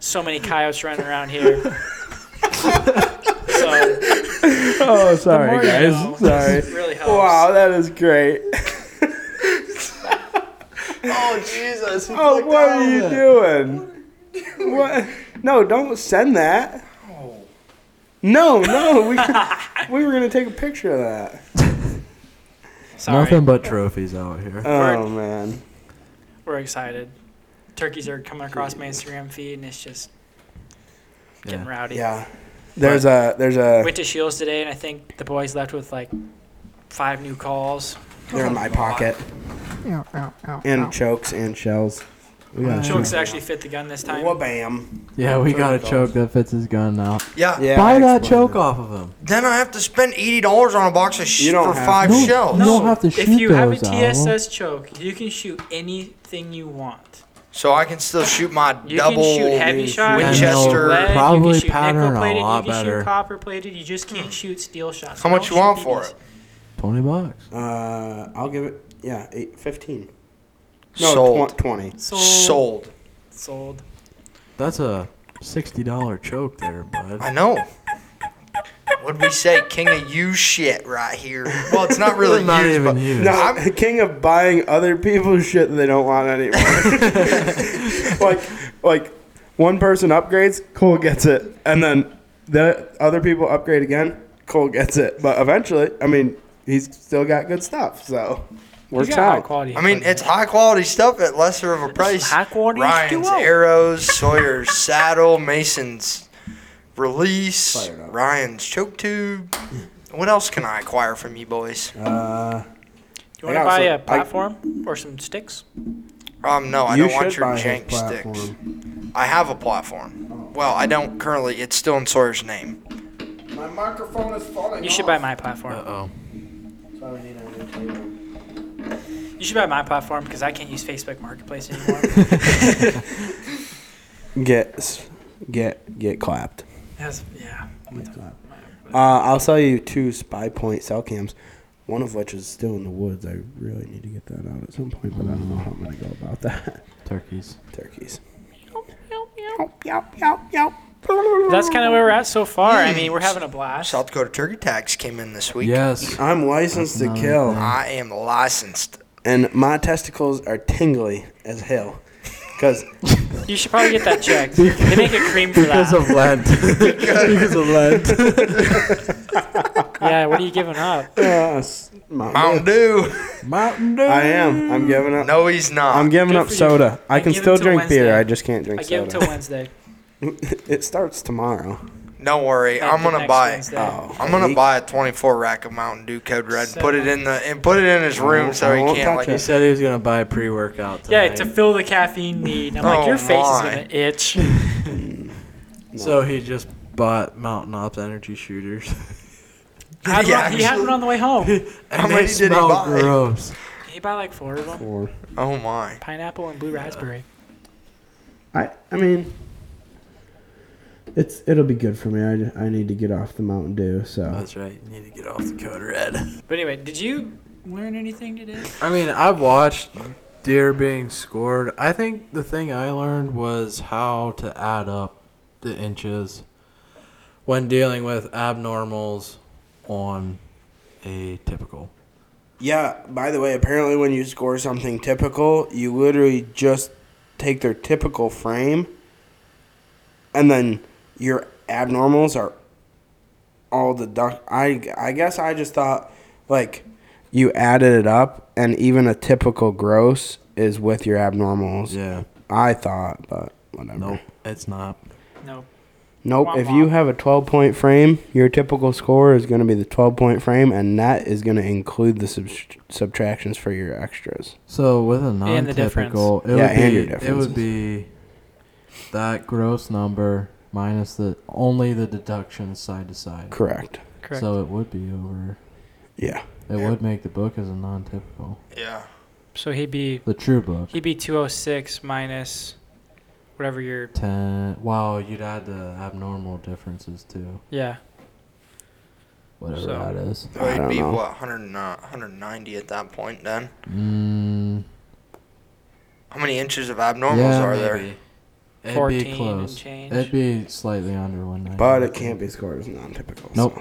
S4: so many coyotes running around here. so
S3: Oh, sorry
S4: you
S3: guys.
S4: know,
S3: sorry.
S4: this really helps.
S3: Wow, that is great.
S5: oh Jesus!
S3: Oh, what are you doing? What? No, don't send that. No, no, we we were gonna take a picture of that.
S4: Sorry,
S1: Nothing but trophies out here.
S3: Oh man,
S4: we're excited. Turkeys are coming across my Instagram feed, and it's just getting
S1: Yeah.
S4: rowdy.
S3: yeah. There's a there's a.
S4: Went to Shields today, and I think the boys left with like five new calls.
S3: They're in my pocket. And chokes and shells. We got
S4: Chokes actually fit the gun this time.
S3: bam.
S1: Yeah, we got a choke that fits his gun now.
S5: Yeah.
S3: Yeah.
S1: Buy
S3: I
S1: that choke
S3: explained it.
S1: off of him.
S5: Then I have to spend eighty dollars on a box of sh-
S3: You don't
S5: for
S3: have
S5: five
S1: to. No,
S5: shells.
S1: You no. don't have to
S4: if
S1: shoot
S4: you have a
S1: those, Al.
S4: TSS choke, you can shoot anything you want.
S5: So I can still shoot my
S4: You
S5: double.
S4: can shoot heavy shots,
S5: Winchester.
S4: lead, you
S1: Probably
S4: can shoot
S1: pattern
S4: nickel
S1: a
S4: plated,
S1: lot
S4: you can
S1: better.
S4: shoot copper plated. You just can't shoot steel shots.
S5: How
S4: Don't
S5: much you want
S4: shoot
S5: for
S4: BBs.
S5: it?
S1: Twenty bucks.
S3: Uh, I'll give it. Yeah, eight, 15.
S5: Sold.
S3: tw- twenty.
S4: Sold.
S5: Sold.
S4: Sold.
S1: That's a sixty dollar choke there,
S5: I
S1: bud.
S5: know. What'd we say? King of you shit right here. Well, it's not really
S1: Not
S5: used,
S1: even
S5: but
S1: used.
S3: No,
S5: I'm-
S3: I'm the king of buying other people's shit that they don't want anymore. like, like one person upgrades, Cole gets it, and then the other people upgrade again, Cole gets it. But eventually, I mean, he's still got good stuff, so
S4: He's
S3: works
S4: got high
S3: out.
S4: quality.
S5: I mean, it's high quality stuff at lesser of a price.
S4: high quality
S5: Ryan's
S4: stuff.
S5: arrows, Sawyer's saddle, Mason's release,
S3: Fired up.
S5: Ryan's choke tube. What else can I acquire from you boys?
S3: Uh,
S4: you want to
S3: I got
S4: buy
S3: some-
S4: a platform or some sticks?
S5: Um, no, I
S3: you
S5: don't want
S3: should
S5: your
S3: buy his
S5: jank sticks.
S3: platform.
S5: I have a platform. Well, I don't currently. It's still in Sawyer's name.
S2: My microphone is falling.
S4: You should buy my platform.
S1: Uh oh.
S4: You should buy my platform because I can't use Facebook Marketplace anymore.
S3: Get, get, get clapped.
S4: That's, yeah.
S3: Uh, I'll sell you two spy point cell cams, one of which is still in the woods. I really need to get that out at some point, but I don't know how I'm gonna go about that.
S1: Turkeys.
S3: Turkeys.
S4: That's kind of where we're at so far. I mean, we're having a blast.
S5: South Dakota turkey tax came in this week.
S1: Yes.
S3: I'm licensed to
S1: That's
S3: kill,
S1: another
S5: I am licensed.
S3: and my testicles are tingly as hell. Cause
S4: You should probably get that checked. They make a cream for
S1: Because
S4: that.
S1: of Lent. because of Lent.
S4: yeah, what are you giving up?
S3: uh, s- my-
S5: Mountain Dew.
S1: Mountain Dew.
S3: I am. I'm giving up.
S5: No, he's not.
S3: I'm giving
S4: Good
S3: up
S4: for you.
S3: soda. I
S4: I
S3: can
S4: give
S3: still
S4: him till
S3: drink beer.
S4: Wednesday.
S3: I just can't drink
S4: I give them till
S3: soda.
S4: Wednesday.
S3: it starts tomorrow.
S5: Don't worry.
S4: After
S5: I'm gonna
S4: next
S5: buy.
S4: Wednesday.
S3: Oh,
S5: I'm gonna
S3: he-
S5: buy a 24 rack of Mountain Dew Code Red and put it in the and put it in his room so
S3: I
S5: he
S3: won't
S5: can't
S3: touch
S5: like.
S1: He said he was gonna buy a pre-workout.
S4: Yeah,
S1: Tonight.
S4: to fill the caffeine need. I'm like,
S5: Oh,
S4: your face
S5: my.
S4: is gonna itch.
S1: so he just bought Mountain Ops energy shooters.
S4: I had one- he had one on the way home.
S1: And
S5: How
S1: they
S5: many did he
S1: smell
S5: buy?
S1: Gross.
S4: He bought like four of them:
S3: Or
S5: Oh my!
S4: pineapple and blue raspberry.
S3: I I mean, it's it'll be good for me. I, ju- I need to get off the Mountain Dew. So
S1: That's right. You need to get off the code red.
S4: But anyway, did you learn anything today?
S1: I mean, I watched deer being scored. I think the thing I learned was how to add up the inches when dealing with abnormals on a typical.
S3: yeah. By the way, apparently when you score something typical, you literally just take their typical frame, and then your abnormals are all deduct. I I guess I just thought like you added it up, and even a typical gross is with your abnormals.
S1: Yeah.
S3: I thought, but whatever.
S1: Nope. It's not.
S4: No.
S3: Nope.
S4: Womp
S3: If you
S4: womp.
S3: have a 12 point frame, your typical score is going to be the 12 point frame, and that is going to include the sub- subtractions for your extras.
S1: So with a
S4: And the difference.
S1: non-typical, it
S3: Yeah,
S1: would
S3: and
S1: be
S3: your
S1: it would be that gross number minus the only the deductions side to side.
S3: Correct.
S4: Correct.
S1: So it would be over.
S3: Yeah.
S1: It
S5: Yeah.
S1: would make the book as a non-typical,
S5: Yeah.
S4: so he'd be
S1: the true book.
S4: he'd be 206 minus whatever your
S1: Ten. Wow, you'd add the abnormal differences too.
S4: yeah
S1: Whatever
S4: So-
S1: that is.
S5: Well,
S3: I
S5: he'd
S3: don't
S5: be
S3: know.
S5: what 100, 190 at that point. Then
S1: Mm,
S5: how many inches of abnormals
S1: yeah,
S5: are there?
S1: maybe. It'd
S4: 14
S1: be
S4: and
S1: close.
S4: change.
S1: It'd be slightly under 190.
S3: But it can't be scored as non typical.
S1: Nope.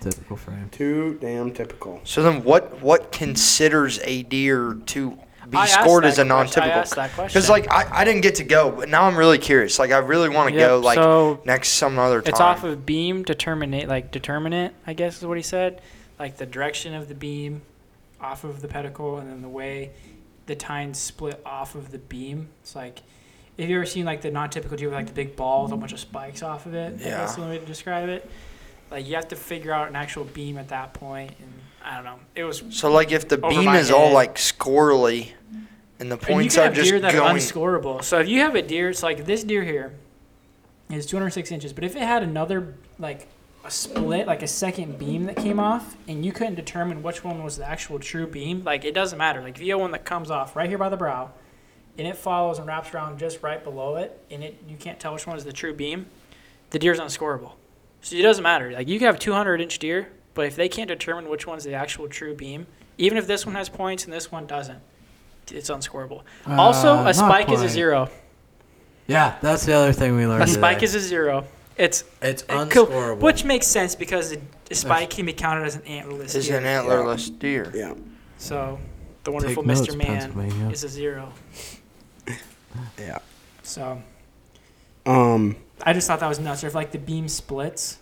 S1: Typical frame.
S3: Too damn typical.
S5: So then, what what considers a deer to be
S4: I asked
S5: scored
S4: that
S5: as a
S4: question- I asked
S5: non-typical?
S4: that question
S5: Because like I, I didn't get to go, but now I'm really curious. Like I really want to
S4: Yep,
S5: go like
S4: so
S5: next some other time.
S4: It's off of beam determinate, like determinant, I guess is what he said, like the direction of the beam off of the pedicle, and then the way the tines split off of the beam. It's like have you ever seen like the non-typical deer with like the big ball with a bunch of spikes off of it? I
S5: Yeah.
S4: guess the only way to describe it. Like you have to figure out an actual beam at that point, and I don't know. It was.
S5: so like if the
S4: Over
S5: beam
S4: my
S5: is all
S4: head.
S5: like squirrely, and the
S4: And you
S5: points
S4: can
S5: are
S4: have
S5: just
S4: deer that are
S5: going.
S4: unscorable. So if you have a deer, it's like this deer here is 206 inches, but if it had another like a split, like a second beam that came off, and you couldn't determine which one was the actual true beam, like it doesn't matter. Like if you have one that comes off right here by the brow, and it follows and wraps around just right below it, and it you can't tell which one is the true beam, the deer's unscorable. So it doesn't matter. Like you can have 200 inch deer, but if they can't determine which one's the actual true beam, even if this one has points and this one doesn't, it's unscorable.
S1: Uh,
S4: also, a
S1: not
S4: spike is a
S1: quite.
S4: zero.
S1: Yeah, that's the other thing we learned.
S4: A spike
S1: today.
S4: is a zero. It's
S1: it's
S4: it co-
S1: unscorable.
S4: which makes sense because a, a spike can be counted as an antlerless
S5: Is
S4: deer.
S5: an antlerless deer.
S3: Yeah.
S4: So, the wonderful
S1: Take
S4: Mr.
S1: notes,
S4: Man
S1: Pennsylvania.
S4: is a zero.
S3: Yeah.
S4: So
S3: Um.
S4: I just thought that was nuts. Or if like the beam splits,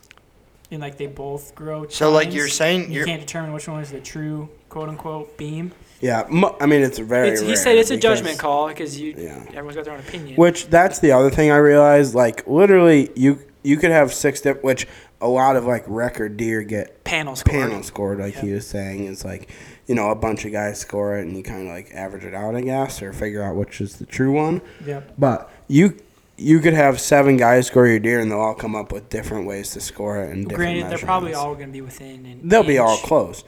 S4: and like they both grow.
S5: So like
S4: tines,
S5: you're saying
S4: you
S5: you're
S4: can't determine which one is the true quote unquote beam.
S3: Yeah. Mo- I mean, it's very.
S4: It's, he
S3: rare
S4: said it's a
S3: because-
S4: judgment call because you
S3: Yeah.
S4: everyone's got their own opinion.
S3: Which that's the other thing I realized. Like literally, you you could have six different. Which a lot of like record deer get
S4: panel score.
S3: panel scored, like he was saying. It's like you know a bunch of guys score it, and you kind of like average it out, I guess, or figure out which is the true one.
S4: Yep.
S3: But you you could have seven guys score your deer, and they'll all come up with different ways to score it and different.
S4: Granted, they're probably
S3: measurements.
S4: all going to be within. An
S3: They'll be all
S4: inch.
S3: close,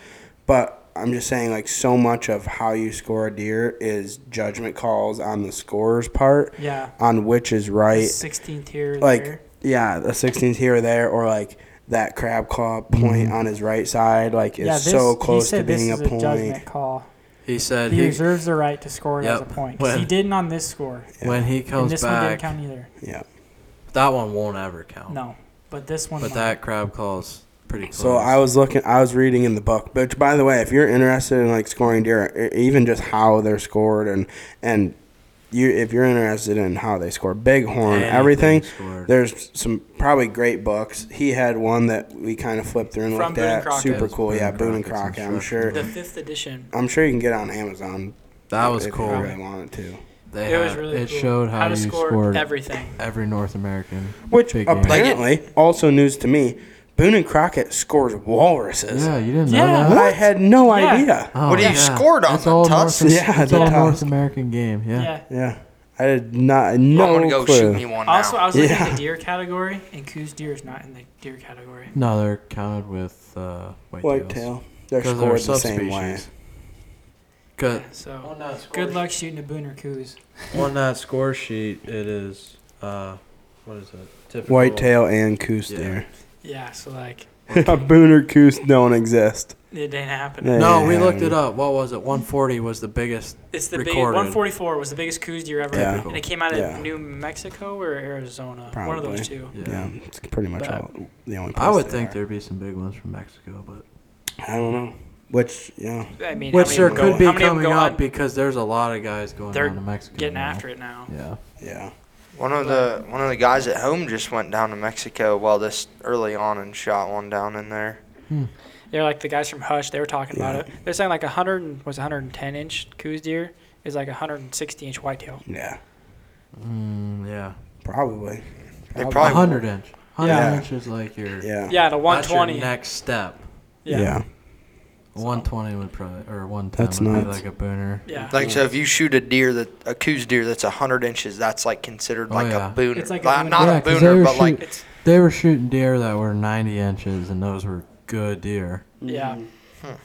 S3: but I'm just saying like so much of how you score a deer is judgment calls on the scorer's part
S4: Yeah.
S3: on which is right.
S4: Sixteenth here.
S3: like
S4: there.
S3: yeah, the 16th here or there, or like that crab claw point on his right side, like is
S4: yeah, this,
S3: so
S4: he
S3: close
S4: said
S3: to being
S4: this
S3: a
S4: is
S3: point.
S4: judgment call.
S1: he said
S4: He
S1: he,
S4: reserves the right to score it as a
S1: Yep.
S4: point. 'cause
S1: Well-
S4: he didn't on this score,
S1: when he
S4: and
S1: comes
S4: this one didn't
S1: back,
S4: count either.
S3: Yeah.
S1: that one won't ever count.
S4: No, but this one.
S1: But
S4: might.
S1: that crab claw's pretty close.
S3: So I was looking, I was reading in the book. Which, by the way, if you're interested in like scoring deer, e- even just how they're scored, and and you if you're interested in how they score bighorn,
S1: Anything
S3: everything.
S1: scored.
S3: There's some probably great books. He had one that we kind of flipped through and
S4: From
S3: looked
S4: Boone and
S3: at.
S4: Crockett.
S3: Super cool,
S1: Boone
S3: yeah.
S1: and
S3: Boone and
S1: Crockett's
S3: Crockett. I'm sure.
S1: instruction.
S4: the fifth edition.
S3: I'm sure you can get it on Amazon.
S1: that was
S3: if
S1: cool.
S3: You really wanted to.
S1: They
S4: It was
S1: had-
S4: really
S1: it
S4: cool.
S1: showed how,
S4: to
S1: you
S4: score
S1: scored
S4: everything.
S1: every North American.
S3: Which
S1: big game.
S3: apparently also news to me. Boone and Crockett scores walruses.
S1: Yeah, you didn't
S4: Yeah.
S1: know that.
S3: I had no
S4: Yeah.
S3: idea.
S1: Oh,
S5: What do you scored on
S1: It's
S5: the
S1: all
S5: Tufts?
S1: North,
S3: Yeah,
S1: it's
S3: the
S1: all
S3: Tufts.
S1: North American game.
S4: Yeah.
S1: Yeah.
S3: Yeah, I did not. No
S5: I'm gonna go
S3: clue.
S5: shoot me one now.
S4: Also, I was looking at
S3: Yeah.
S4: the deer category, and Coos deer is not in the deer category.
S1: No, they're counted with uh, white
S3: Whitetail. They're
S1: Because
S3: scored
S1: they're
S3: the same way.
S1: subspecies. Good.
S4: So
S1: On that
S4: good luck shooting a Boone or Coos.
S1: On that score sheet, it is uh, what is it? Typical
S3: Whitetail and coos
S1: Yeah.
S3: deer.
S4: Yeah. So like
S3: Booner coos don't exist.
S4: it didn't happen.
S3: They
S1: No, we
S3: have-
S1: looked it up. What was it? 140 was the biggest.
S4: It's the big
S1: recorded.
S4: 144 was the biggest coos deer ever,
S3: Yeah.
S4: and it came out of
S3: Yeah.
S4: New Mexico or Arizona, one of
S3: Probably.
S4: those two.
S1: Yeah.
S3: Yeah, it's pretty much
S4: But-
S3: all the only.
S1: I would
S3: place they
S1: think
S3: are.
S1: there'd be some big ones from Mexico, but
S3: I don't know. Which yeah,
S4: I mean,
S1: which there
S4: how many
S1: could
S4: of them go-
S1: be
S4: how many of
S1: coming
S4: them go
S1: up
S4: on
S1: because there's a lot of guys going
S4: They're
S1: down to Mexico.
S4: getting
S1: now.
S4: after it now.
S1: Yeah.
S3: yeah.
S5: One of the one of the guys at home just went down to Mexico while this early on and shot one down in there.
S4: They're like the guys from Hush. They were talking
S3: Yeah.
S4: about it. They're saying like 100 and- was 110 inch coos deer is like 160 inch whitetail.
S3: Yeah,
S1: Mm, yeah.
S3: probably.
S5: They
S1: A
S5: probably
S1: hundred inch. Hundred
S3: Yeah.
S1: inch is like your
S3: Yeah.
S4: Yeah,
S1: that's
S4: and a
S1: your
S4: 120.
S1: next step.
S4: yeah. yeah.
S3: Yeah.
S1: One twenty would probably or one ten
S3: That's
S1: would be
S3: nuts.
S1: like a booner.
S5: Like so, if you shoot a deer that a coos deer that's hundred inches, that's like considered
S1: Oh,
S5: like
S1: yeah.
S5: a booner.
S4: It's like a
S5: Like,
S4: booner.
S5: not
S1: Yeah,
S5: a
S1: 'cause they were
S5: booner, but like
S1: shoot-
S4: It's
S1: They were shooting deer that were ninety inches and those were good deer.
S4: yeah.
S3: Like-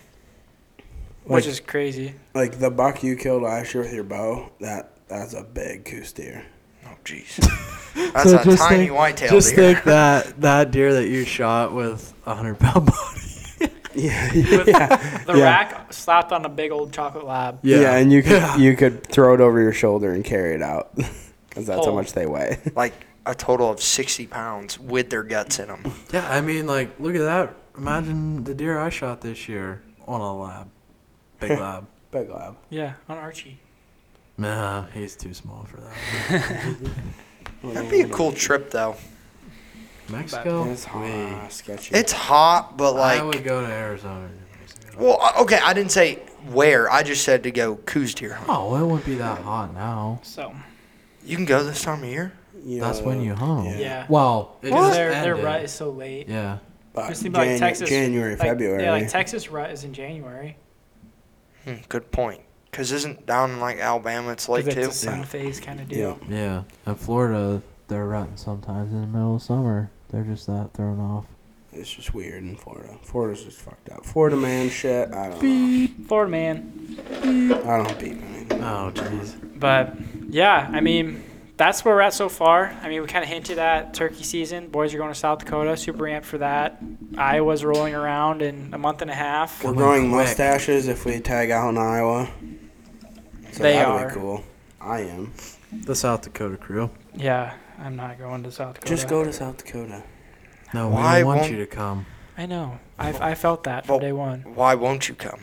S4: Which is crazy.
S3: Like the buck you killed last year with your bow, that that's a big coos deer.
S5: oh jeez, that's a
S1: just
S5: tiny
S1: think-
S5: whitetail
S1: Just
S5: deer.
S1: think that that deer that you shot with a hundred pound body.
S3: Yeah.
S4: With
S3: yeah.
S4: The
S3: Yeah.
S4: rack slapped on a big old chocolate lab.
S3: yeah. and you could
S1: Yeah.
S3: you could throw it over your shoulder and carry it out. Cuz that's how
S4: Oh.
S3: much they weigh.
S5: like a total of sixty pounds with their guts in them.
S1: Yeah, I mean, like, look at that. Imagine the deer I shot this year on a lab, big lab.
S3: Big lab.
S4: Yeah, on Archie.
S1: Nah, he's too small for that.
S5: That'd be a cool trip though.
S1: Mexico.
S3: It's hot,
S1: Wait.
S3: sketchy.
S5: It's hot, but
S1: I
S5: like,
S1: would go to Arizona. or Mexico.
S5: well, I- okay, I didn't say where. I just said to go coos deer hunt.
S1: Oh, it wouldn't be that hot now.
S4: So
S5: You can go this time of year.
S3: Yeah.
S1: That's when you hunt.
S3: Yeah.
S4: yeah,
S1: Well, it
S4: because
S1: just
S4: their their
S1: ended.
S4: rut is so late.
S1: Yeah.
S3: But
S4: Just think about, like,
S3: Janu-
S4: Texas,
S3: January,
S4: Like,
S3: February.
S4: Yeah, like Texas rut is in January.
S5: Hmm, good point. Cause isn't down in like Alabama, it's
S4: 'cause
S5: late too.
S4: it's a sun phase kind of
S3: yeah.
S4: deal.
S1: Yeah. In Florida, they're rutting sometimes in the middle of summer. They're just that thrown off.
S3: It's just weird in Florida. Florida's just fucked up. Florida man shit. I don't know.
S4: Florida man.
S3: I don't beat anything.
S1: Oh, jeez.
S4: But yeah, I mean, that's where we're at so far. I mean, we kind of hinted at turkey season. Boys are going to South Dakota. Super amped for that. Iowa's rolling around in a month and a half.
S3: We're
S1: Coming
S3: growing
S1: quick.
S3: mustaches if we tag out in Iowa. So
S4: They
S3: that'll
S4: are.
S3: be cool. I am.
S1: The South Dakota crew.
S4: Yeah, I'm not going to South Dakota.
S3: Just go to South Dakota.
S1: No,
S5: Why
S1: we want
S5: won't-
S1: you to come.
S4: I know. I I felt that
S5: Well-
S4: from day one.
S5: Why won't you come?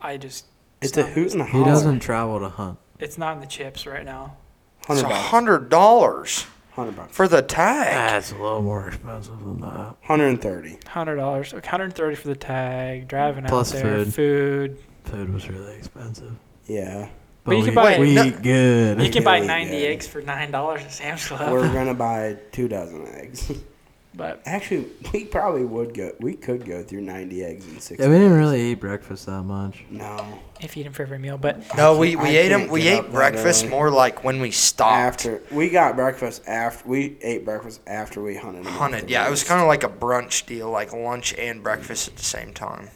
S4: I just
S3: It's a hoot and a
S1: He
S3: holler.
S1: doesn't travel to hunt.
S4: it's not in the chips right now.
S5: It's
S3: Hundred
S5: a
S3: bucks.
S5: hundred dollars
S3: Hundred bucks.
S5: for the tag.
S1: That's a little more expensive than that.
S3: Hundred and thirty.
S4: Hundred dollars, hundred thirty for the tag, driving
S1: Plus
S4: out there,
S1: food.
S4: food.
S1: Food was really expensive.
S3: Yeah.
S1: But,
S4: you
S1: we,
S4: can buy-
S1: we
S5: no-
S1: eat good.
S4: You can buy
S3: Yeah.
S4: ninety eggs for nine dollars at Sam's
S5: Uh,
S4: Club.
S3: We're gonna buy two dozen eggs.
S4: but
S3: Actually, we probably would go. We could go through ninety eggs in six.
S1: Yeah, we didn't really eat breakfast that much.
S3: No.
S4: if you eat them for every meal, but
S5: No, we,
S3: I
S5: we ate
S3: can't
S5: them. We
S3: get
S5: ate
S3: up that
S5: breakfast
S3: early.
S5: more like when we stopped
S3: After we got breakfast, after we ate breakfast, after we hunted.
S5: hunted. Yeah, it was kind of like a brunch deal, like lunch and breakfast at the same time.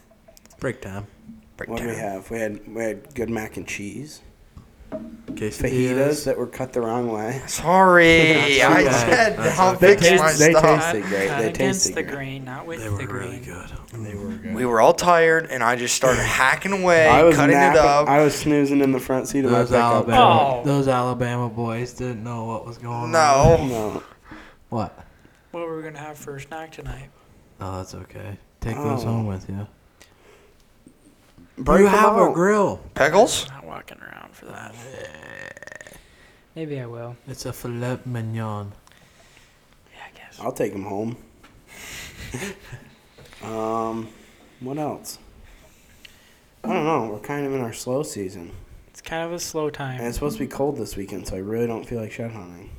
S1: Break time.
S5: Break
S3: What did we
S5: down.
S3: have? We had we had good mac and cheese, fajitas
S1: Quesadillas.
S3: that were cut the wrong way.
S5: Sorry,
S1: That's
S5: I
S1: okay.
S5: said
S1: That's
S5: how
S1: okay.
S5: big
S4: They
S5: is my
S4: taste- they
S3: taste-
S5: stuff.
S3: Tasted great,
S4: Cut
S3: they
S4: against
S3: tasted
S4: the
S3: great.
S4: grain, not with
S1: They
S4: the
S1: were
S4: grain.
S1: really good.
S3: They were good.
S5: We were all tired, and I just started hacking away,
S3: I was
S5: cutting
S3: napping,
S5: it up.
S3: I was snoozing in the front seat of my
S1: Those
S3: pickup.
S1: Alabama,
S4: Oh.
S1: those Alabama boys didn't know what was going on.
S5: no,
S3: No.
S1: What?
S4: What were we gonna have for a snack tonight?
S1: Oh, that's okay. Take those
S3: Oh.
S1: home with you.
S3: Break
S1: you
S3: them
S1: have a
S3: out.
S1: grill.
S5: pickles.
S4: Not walking around for that. Maybe I will.
S1: It's a filet mignon.
S4: Yeah, I guess.
S3: I'll take them home. um, what else? I don't know. We're kind of in our slow season,
S4: It's kind of a slow time.
S3: and it's supposed to be cold this weekend, so I really don't feel like shed hunting.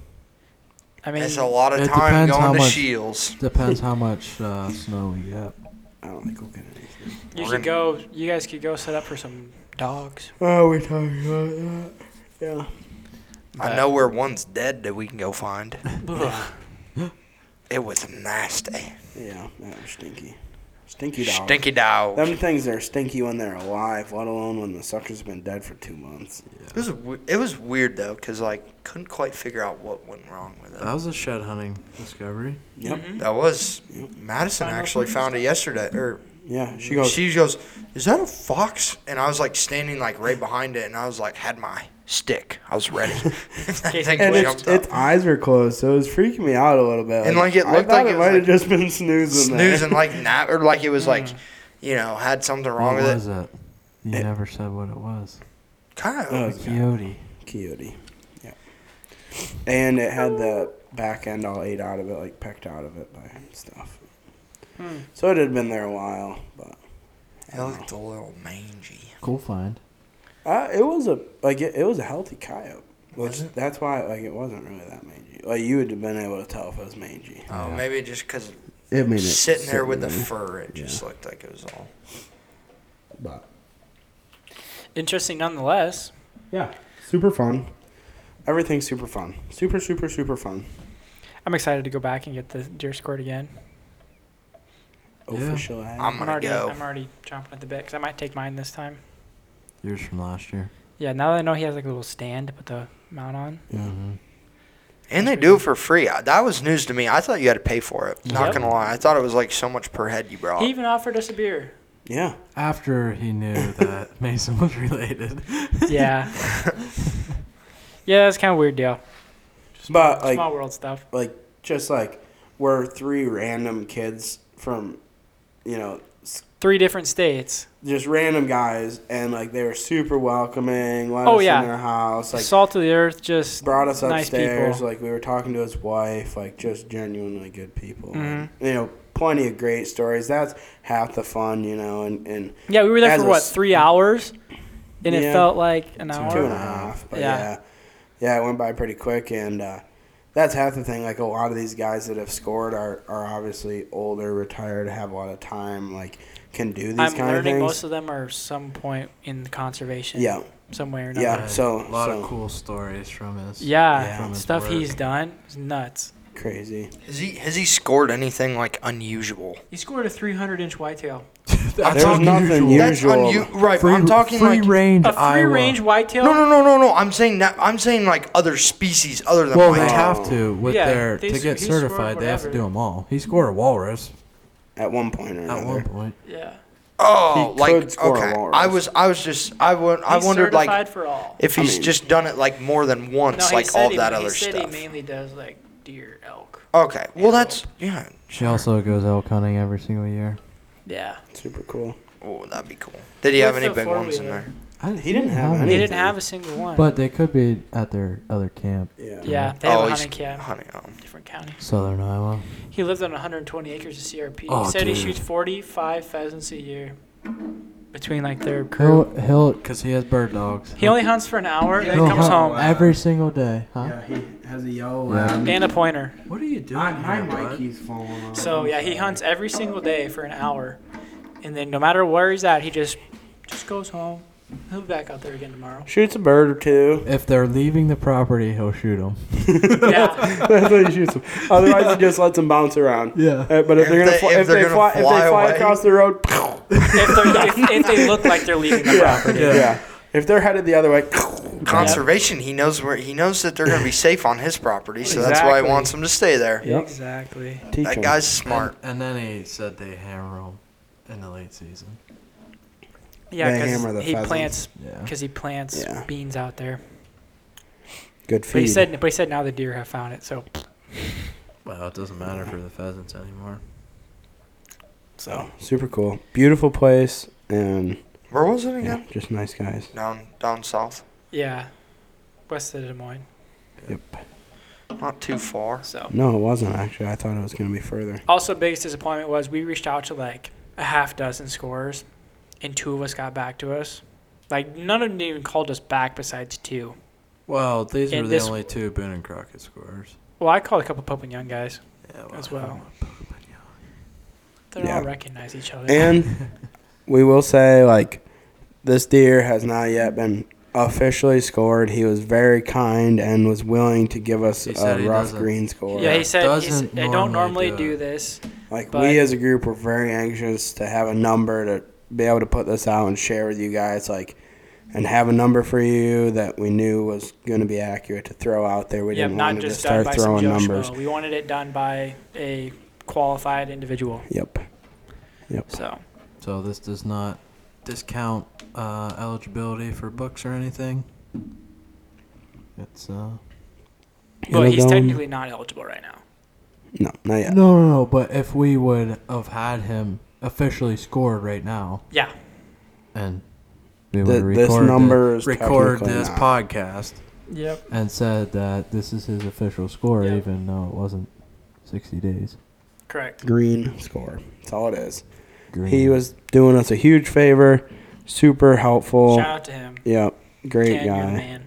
S4: I mean,
S5: It's a lot of
S1: It
S5: time
S1: depends how
S5: going to
S1: much-
S5: Shields.
S1: Depends how much uh, snow we get.
S3: I don't think we'll get anything.
S4: you
S5: We're
S4: should go. You guys could go set up for some dogs.
S3: Oh, we're talking about that. Yeah.
S5: I
S4: But-
S5: know where one's dead that we can go find. It was nasty.
S3: Yeah, that was stinky. Stinky dog.
S5: Stinky dog.
S3: Them things are stinky when they're alive, let alone when the sucker's been dead for two months.
S5: It was we- it was weird though, cause like couldn't quite figure out what went wrong with
S1: That
S5: it.
S1: was a shed hunting discovery.
S4: Mm-hmm.
S3: Yep.
S5: That was Madison
S4: Final
S5: actually found it yesterday, or
S3: Yeah. She goes.
S5: she goes, "Is that a fox?" And I was like standing like right behind it, and I was like had my stick, I was ready. That
S4: Case
S5: thing
S4: in
S3: and
S4: point.
S5: jumped
S3: its, its
S5: up.
S3: eyes were closed, so it was freaking me out a little bit.
S5: And, like, it
S3: I
S5: looked
S3: thought
S5: like
S3: it,
S5: it was,
S3: might have
S5: like,
S3: just been snoozing. there.
S5: snoozing like nap or like it was like, you know, had something wrong
S1: what
S5: with
S1: was
S5: it.
S1: it? You never said what it was.
S5: Kind
S3: Oh,
S1: A
S5: of.
S1: coyote.
S3: Coyote. Yeah. And it had the back end all ate out of it, like pecked out of it by stuff.
S5: Hmm.
S3: So it had been there a while, but
S5: It looked a little mangy.
S1: Cool find.
S3: uh, it was a like it, it was a healthy coyote. Which
S5: Was it?
S3: that's why like it wasn't really that mangy. Like you would have been able to tell if it was mangy.
S5: Oh, maybe just because
S3: It made
S5: sitting there with the fur, it just looked like it was all.
S3: But
S4: Interesting nonetheless.
S3: yeah, super fun. Everything's super fun. Super super super fun.
S4: I'm excited to go back and get the deer squirt again.
S1: Yeah.
S3: Official. eh? ad.
S5: I'm
S4: I'm
S5: gonna
S4: already,
S5: go.
S4: I'm already chomping at the bit because I might take mine this time.
S1: Yours from last year.
S4: Yeah, now that I know he has like a little stand to put the mount on.
S1: Mm-hmm.
S5: And they do it for free. I- That was news to me. I thought you had to pay for it. Not
S4: Yep.
S5: gonna lie, I thought it was like so much per head you brought.
S4: He even offered us a beer.
S3: yeah.
S1: After he knew that Mason was related.
S4: Yeah. yeah, it's kind of weird deal.
S3: But like
S4: Small world stuff.
S3: like just like we're three random kids from you know s-
S4: Three different states.
S3: just random guys and like they were super welcoming let
S4: Oh,
S3: us
S4: yeah.
S3: in their house like
S4: Salt of the earth, just
S3: brought us
S4: nice
S3: upstairs
S4: people.
S3: like we were talking to his wife like just genuinely good people
S4: Mhm.
S3: you know plenty of great stories that's half the fun you know and, and
S4: yeah, we were there
S3: as
S4: for
S3: a
S4: what
S3: s-
S4: three hours, and
S3: Yeah.
S4: it felt like an hour.
S3: two and a half but
S4: Yeah.
S3: yeah yeah, it went by pretty quick and uh that's half the thing. Like a lot of these guys that have scored are, are obviously older, retired, have a lot of time, like can do these
S4: I'm
S3: kind of
S4: learning
S3: things.
S4: most of them are some point in conservation.
S3: Yeah.
S4: Somewhere or another.
S3: Yeah,
S1: And
S3: so-
S1: a lot
S3: so-
S1: of cool stories from his.
S4: Yeah,
S3: Yeah.
S1: From his
S4: stuff
S1: work.
S4: he's done is nuts.
S3: Crazy.
S5: has he has he scored anything like unusual?
S4: He scored a 300 inch whitetail.
S1: That's
S5: There was
S3: nothing
S1: unusual.
S5: That's
S3: Unusual.
S5: unu- right.
S1: Free,
S5: I'm talking
S1: free
S5: like
S1: range
S4: A free
S1: Iowa.
S4: range whitetail?
S5: no, no, no, no, no. I'm saying that. I'm saying like other species other than
S1: Well, they
S5: whitetail.
S1: have to with
S4: Yeah,
S1: their
S4: they
S1: to
S4: s-
S1: get
S4: he scored
S1: certified. They have to do
S4: whatever.
S1: them all. He scored a walrus
S3: At one point or
S1: at
S3: another.
S1: one point.
S4: Yeah.
S5: Oh,
S3: He
S5: like
S3: could score a
S5: okay.
S3: walrus.
S5: I was I was just I wa- I
S4: He's
S5: wondered
S4: certified
S5: like
S4: for all.
S5: if he's
S3: mean-
S5: just done it like more than once,
S4: he
S5: like
S4: said
S5: all
S4: he-
S5: that
S4: he
S5: other
S4: said
S5: stuff.
S4: He mainly does like deer, elk.
S5: Okay. Well, that's yeah.
S1: She also goes elk hunting every single year.
S4: Yeah.
S3: Super cool.
S5: Oh, that'd be cool. Did he have
S4: With
S5: any
S4: the
S5: big
S4: four
S5: ones in
S4: wheeler.
S5: there?
S1: I,
S3: He didn't have
S4: He
S3: any.
S4: didn't have a single one.
S1: But they could be at their other camp,
S3: Yeah.
S4: yeah, they have
S5: oh,
S4: a
S5: he's
S4: hunting camp,
S5: hunting. Oh.
S4: different county.
S1: Southern Iowa.
S4: He lives on 120 acres of CRP.
S1: Oh,
S4: he said he
S1: dude.
S4: shoots 45 pheasants a year between like their crew.
S1: He'll he'll because he has bird dogs.
S4: He only hunts for an hour, then
S1: He'll
S4: comes
S1: hunt
S4: home.
S1: every single day, huh?
S3: he has a yellow
S1: Yeah.
S4: And a pointer.
S1: What are you doing?
S3: keeps falling off.
S4: So yeah, he hunts every single day for an hour, and then no matter where he's at, he just just goes home. He'll be back out there again tomorrow.
S3: Shoots a bird or two.
S1: If they're leaving the property, he'll shoot them.
S4: Yeah,
S3: That's why he shoots them. Otherwise, he just lets them bounce around.
S1: Yeah.
S3: Uh, but if,
S5: If
S3: they're gonna,
S5: they-
S3: fly,
S5: if
S3: if,
S5: they're
S3: they
S5: gonna
S3: fly, if
S5: fly
S3: they fly
S5: away.
S3: across the road,
S5: um,
S4: if, they're, if, if they look like they're leaving the
S3: yeah,
S4: property.
S3: yeah, If they're headed the other way,
S5: Conservation. He knows where. He knows that they're going to be safe on his property, so that's why he
S4: Exactly.
S5: wants them to stay there.
S3: Yep.
S4: Exactly.
S3: teach
S5: That
S3: 'em.
S5: guy's smart.
S1: And then he said they hammer them in the late season.
S3: They
S4: Yeah,
S3: hammer the
S4: because he
S3: pheasants.
S4: plants
S1: Yeah.
S4: because he plants
S3: Yeah.
S4: beans out there.
S3: Good
S4: But
S3: feed.
S4: he said, but he said now the deer have found it. So
S1: Well, it doesn't matter for the pheasants anymore.
S3: so super cool, beautiful place, and
S5: Where was it
S3: yeah,
S5: again?
S3: just nice guys.
S5: Down down south.
S4: yeah, west of Des Moines.
S3: Yep.
S5: Not too far.
S4: So
S3: No, it wasn't actually. I thought it was gonna be further.
S4: also biggest disappointment was we reached out to like a half dozen scorers, and two of us got back to us. Like none of them even called us back besides two.
S1: Well, these
S4: And
S1: were the
S4: this-
S1: only two Boone and Crockett scorers.
S4: Well, I called a couple Pope and Young guys.
S1: Yeah,
S4: As
S1: I don't
S4: well.
S1: know about Boone, yeah.
S4: They don't
S3: Yeah.
S4: all recognize each other.
S3: And we will say, like, this deer has not yet been officially scored. He was very kind and was willing to give us
S1: He
S3: a
S1: said he
S3: rough
S1: doesn't.
S3: green score.
S4: yeah, he said he's,
S1: Doesn't
S4: I don't
S1: normally
S4: normally
S1: do
S4: do
S1: it.
S4: this.
S3: like,
S4: but-
S3: we as a group were very anxious to have a number to be able to put this out and share with you guys, like, and have a number for you that we knew was going to be accurate to throw out there. We
S4: Yeah,
S3: didn't
S4: not
S3: want to just
S4: just done
S3: start
S4: by some
S3: throwing
S4: Joe
S3: numbers.
S4: Schmo. We wanted it done by a qualified individual.
S3: Yep. Yep.
S4: So
S1: So this does not discount uh, eligibility for books or anything. It's uh
S4: well,
S3: It'll
S4: he's
S3: go in-
S4: technically not eligible right now.
S3: No, not yet.
S1: no, no, no. But if we would have had him officially scored right now,
S4: Yeah,
S1: and we
S3: Th-
S1: would
S3: this
S1: record it-
S3: number is
S1: record
S3: technically
S1: this
S3: not.
S1: podcast
S4: yep.
S1: and said that this is his official score,
S4: Yeah.
S1: even though it wasn't sixty days.
S4: Correct.
S3: green score. That's all it is. He was doing us a huge favor, super helpful.
S4: Shout out to him.
S3: Yep, great
S4: Dan, you're the
S3: guy.
S4: man.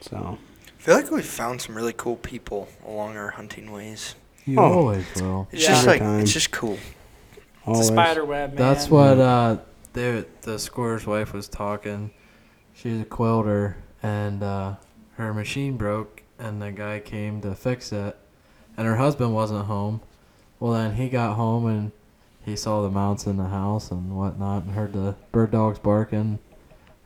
S3: So
S5: I feel like we found some really cool people along our hunting ways.
S1: You
S3: Oh.
S1: always will.
S5: It's
S4: Yeah.
S5: just like
S3: Every time.
S5: it's just cool.
S4: It's a
S3: always
S4: spider web, man.
S1: That's what uh, they, the scorer's wife was talking. She's a quilter, and uh, her machine broke, and the guy came to fix it, and her husband wasn't home. Well, then he got home and he saw the mounts in the house and whatnot, and heard the bird dogs barking.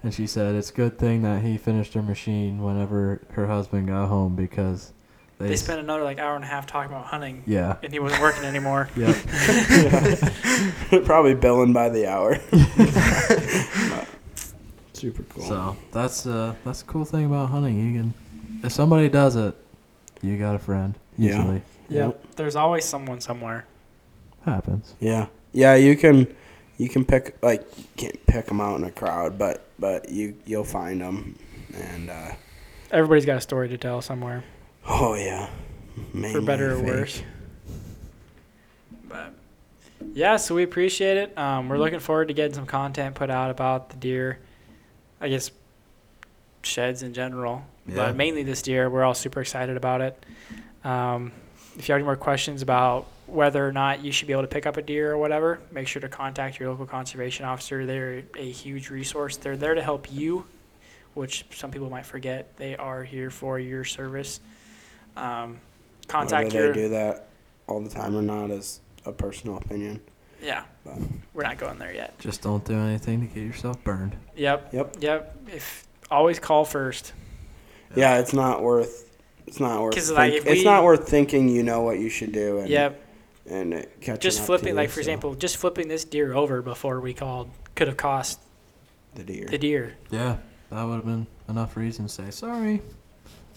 S1: And she said it's a good thing that he finished her machine whenever her husband got home because they,
S4: they
S1: s-
S4: spent another like hour and a half talking about hunting,
S1: yeah
S4: and he wasn't working anymore.
S1: yep
S3: probably billing by the hour. super cool.
S1: So that's uh that's the cool thing about hunting. You can if somebody does it, you got a friend.
S3: Yeah.
S1: Usually
S3: Yep.
S4: There's always someone somewhere.
S1: happens.
S3: Yeah. Yeah, you can you can pick like you can't pick them out in a crowd, but but you you'll find them. And uh
S4: Everybody's got a story to tell somewhere,
S3: oh yeah.
S4: for
S3: Mainly
S4: better or
S3: fake.
S4: worse. But yeah, so we appreciate it. Um, we're looking forward to getting some content put out about the deer. I guess sheds in general,
S1: Yeah.
S4: but mainly this deer. We're all super excited about it. Um, if you have any more questions about whether or not you should be able to pick up a deer or whatever, make sure to contact your local conservation officer. They're a huge resource. They're there to help you, which some people might forget. They are here for your service. Um, contact
S3: Whether
S4: your
S3: they do that all the time or not is a personal opinion.
S4: yeah.
S3: But-
S4: We're not going there yet.
S1: Just don't do anything to get yourself burned.
S4: Yep.
S3: Yep.
S4: Yep. If always call first.
S3: Yeah, it's not worth it's not worth
S4: 'Cause,
S3: think,
S4: like, if
S3: it's
S4: we-
S3: not worth thinking you know what you should do and
S4: Yep.
S3: and it catching
S4: Just
S3: up to
S4: flipping,
S3: you,
S4: like for
S3: so-
S4: example, just flipping this deer over before we called could have cost
S3: the deer.
S4: the deer.
S1: Yeah, that would have been enough reason to say sorry.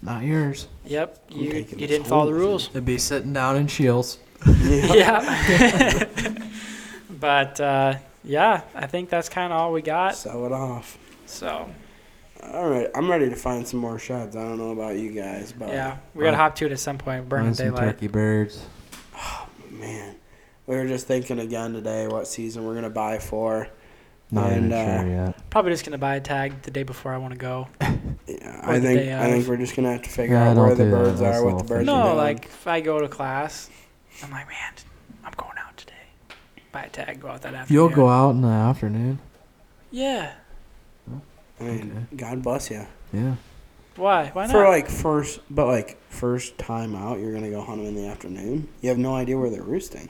S1: Not yours.
S4: Yep,
S3: I'm
S4: you
S3: taking
S4: you
S3: this
S4: didn't follow the
S3: home with me.
S4: rules.
S1: It'd be sitting down in shields.
S4: Yeah. but uh, yeah, I think that's kind of all we got.
S3: Sell it off.
S4: So
S3: All right, I'm ready to find some more shots. I don't know about you guys, but
S4: yeah, we gotta
S1: Fine.
S4: hop to it at some point. Burn
S1: Find
S4: the
S1: some
S4: daylight.
S1: turkey birds.
S3: Man, we were just thinking again today what season we're gonna buy for.
S1: Not
S3: And,
S1: even
S3: uh,
S1: sure yet.
S4: Probably just gonna buy a tag the day before I want to go.
S3: Yeah,
S4: Or
S3: I
S4: the
S3: think
S4: day
S3: I think
S4: of.
S3: we're just gonna have to figure
S1: Yeah,
S3: out
S1: don't
S3: where the
S1: do that.
S3: birds
S1: That's
S3: are, what
S1: all
S3: the birds are
S4: No,
S3: doing.
S4: like if I go to class, I'm like, man, I'm going out today. Buy a tag, go out that afternoon.
S1: You'll go out in the afternoon.
S4: Yeah.
S3: I mean, God bless you
S1: Yeah.
S4: Why? Why not?
S3: for like first, but like first time out, you're gonna go hunt them in the afternoon. You have no idea where they're roosting.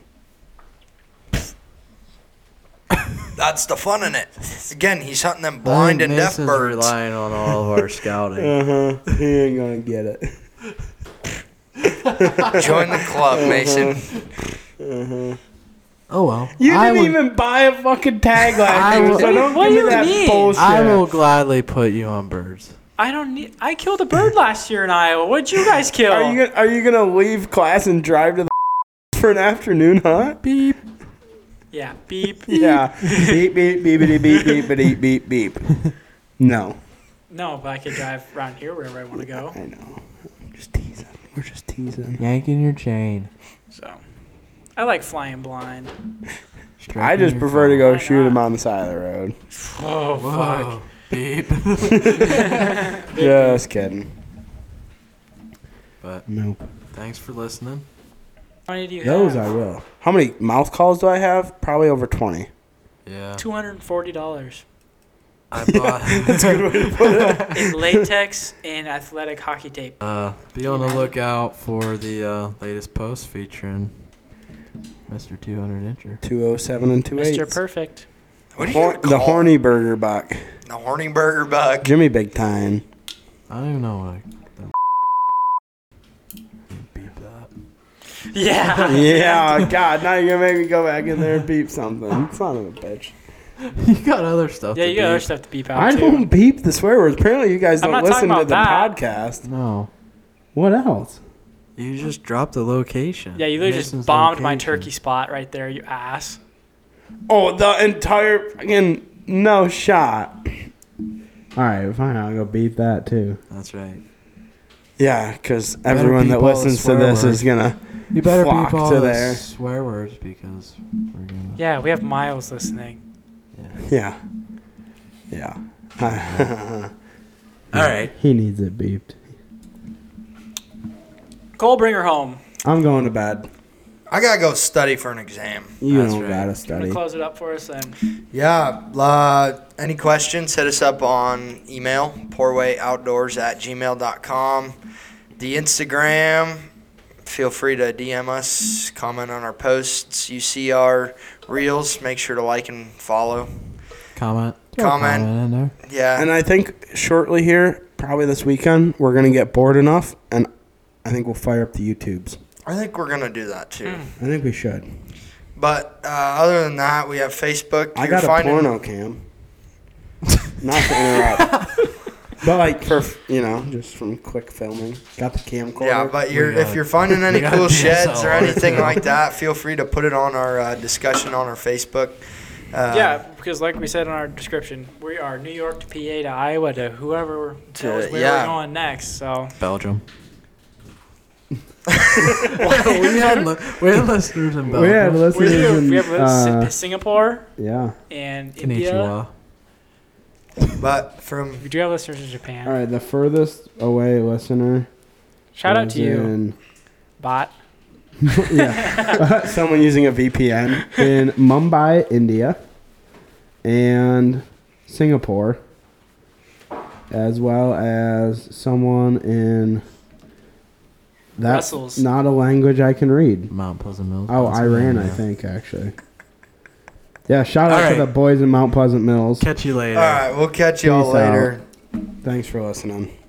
S5: That's the fun in it. Again, he's hunting them blind and deaf
S1: Mason's
S5: birds.
S1: relying on all of our scouting.
S3: Uh huh. He ain't gonna get it.
S5: Join the club, Mason.
S3: Uh-huh.
S1: Oh well.
S3: You
S1: I
S3: didn't
S1: would-
S3: even buy a fucking tag last
S1: I
S3: year,
S1: will-
S3: so don't
S4: What
S3: give me
S4: do you
S3: that
S4: mean?
S3: bullshit.
S1: I will gladly put you on birds.
S4: I don't need. I killed a bird last year in Iowa. What'd you guys kill?
S3: Are you gonna, are you gonna leave class and drive to the for an afternoon hunt?
S1: Beep.
S4: yeah. Beep.
S3: Yeah. beep beep beepity beep beepity beep beep. No.
S4: No, but I could drive around here wherever I want to go.
S3: I know. I'm just teasing. We're just teasing.
S1: Yanking your chain.
S4: So, I like flying blind.
S3: I just
S1: Stroking your
S3: prefer to
S1: collar.
S3: go
S4: Why
S3: shoot
S4: not?
S3: him on the side of the road.
S4: Oh
S1: Whoa. Beep.
S3: Just kidding.
S1: but
S3: Nope.
S1: thanks for listening.
S4: How many do you
S3: Those I
S4: have?
S3: will. How many mouth calls do I have? Probably over twenty.
S1: Yeah.
S4: Two hundred and forty dollars
S1: I bought.
S4: in latex and athletic hockey tape.
S1: uh, be on the lookout for the uh, latest post featuring Mr. 200 Incher.
S3: Two oh seven and two eight.
S4: Mr. Perfect.
S5: What do you
S3: Hor-
S5: call
S3: the horny burger buck.
S5: The horny burger bug.
S3: Jimmy Big Time.
S1: I don't even know what. I, that beep that.
S4: Yeah.
S3: Yeah, God, now you're gonna make me go back in there and beep something. Son of a bitch.
S1: You got other stuff.
S4: Yeah,
S1: to
S4: you got other
S1: beep.
S4: stuff to beep out
S3: I
S4: too.
S3: don't beep the swear words. Apparently, you guys
S4: I'm
S3: don't
S4: not
S3: listen
S4: talking
S3: to the
S4: about
S3: podcast.
S1: No,
S3: What else?
S1: you just dropped the location.
S4: Yeah, you literally
S1: Mason's
S4: just bombed my
S1: location.
S4: turkey spot right there, you ass.
S3: Oh, the entire fucking no shot. All right, fine. I'll go beep that too.
S1: That's right.
S3: Yeah, because
S1: Better
S3: everyone that
S1: people
S3: listens to
S1: swear
S3: this
S1: word.
S3: is gonna.
S1: You better
S3: Flock
S1: beep all
S3: to
S1: the
S3: there.
S1: swear words because we're gonna.
S4: Yeah, we have Miles listening.
S3: Yeah. Yeah.
S1: All right.
S3: he needs it beeped.
S4: Cole, bring her home.
S3: I'm going to bed.
S5: I gotta go study for an exam.
S3: You
S1: That's
S3: don't
S1: right.
S3: gotta
S4: I'm gonna
S3: study.
S4: close it up for us then.
S5: Yeah. Uh, any questions, hit us up on email, poorwayoutdoors at gmail.com. The Instagram, feel free to DM us, comment on our posts. You see our reels, make sure to like and follow.
S1: Comment.
S5: Throw a Comment.
S1: in there.
S5: Yeah.
S3: And I think shortly here, probably this weekend, we're gonna get bored enough, and I think we'll fire up the YouTubes.
S5: I think we're gonna do that too.
S3: I think we should.
S5: But uh, other than that, we have Facebook.
S3: I got a porno cam. Not to interrupt, but like for you know, just from quick filming. Got the camcorder.
S5: Yeah, but you're,
S1: We got-
S5: if you're finding any
S1: we got
S5: cool
S1: DSLR.
S5: sheds or anything like that, feel free to put it on our uh, discussion on our Facebook. Uh,
S4: yeah, because like we said in our description, we are New York to PA to Iowa to whoever knows where
S5: yeah.
S4: we're going next. So
S1: Belgium. we had li- we had listeners in Belgium.
S3: we have
S4: we
S3: listeners
S4: do.
S3: in
S4: We have
S3: uh,
S4: uh, Singapore
S3: yeah.
S4: and India.
S1: Konnichiwa.
S5: But from
S4: We do have listeners in Japan.
S3: All right, the furthest away listener.
S4: Shout out
S3: was
S4: to you,
S3: in-
S4: bot.
S3: yeah, someone using a VPN in Mumbai, India, and Singapore, as well as someone in. That's
S4: Brussels.
S3: not a language I can read.
S1: Mount Pleasant Mills.
S3: Oh, Iran, I
S1: Pennsylvania.
S3: think actually. Yeah, shout out
S1: All
S3: to the
S1: right.
S3: boys in Mount Pleasant Mills.
S1: Catch you later.
S5: all right, we'll catch y'all
S3: Peace
S5: later.
S3: Thanks for listening.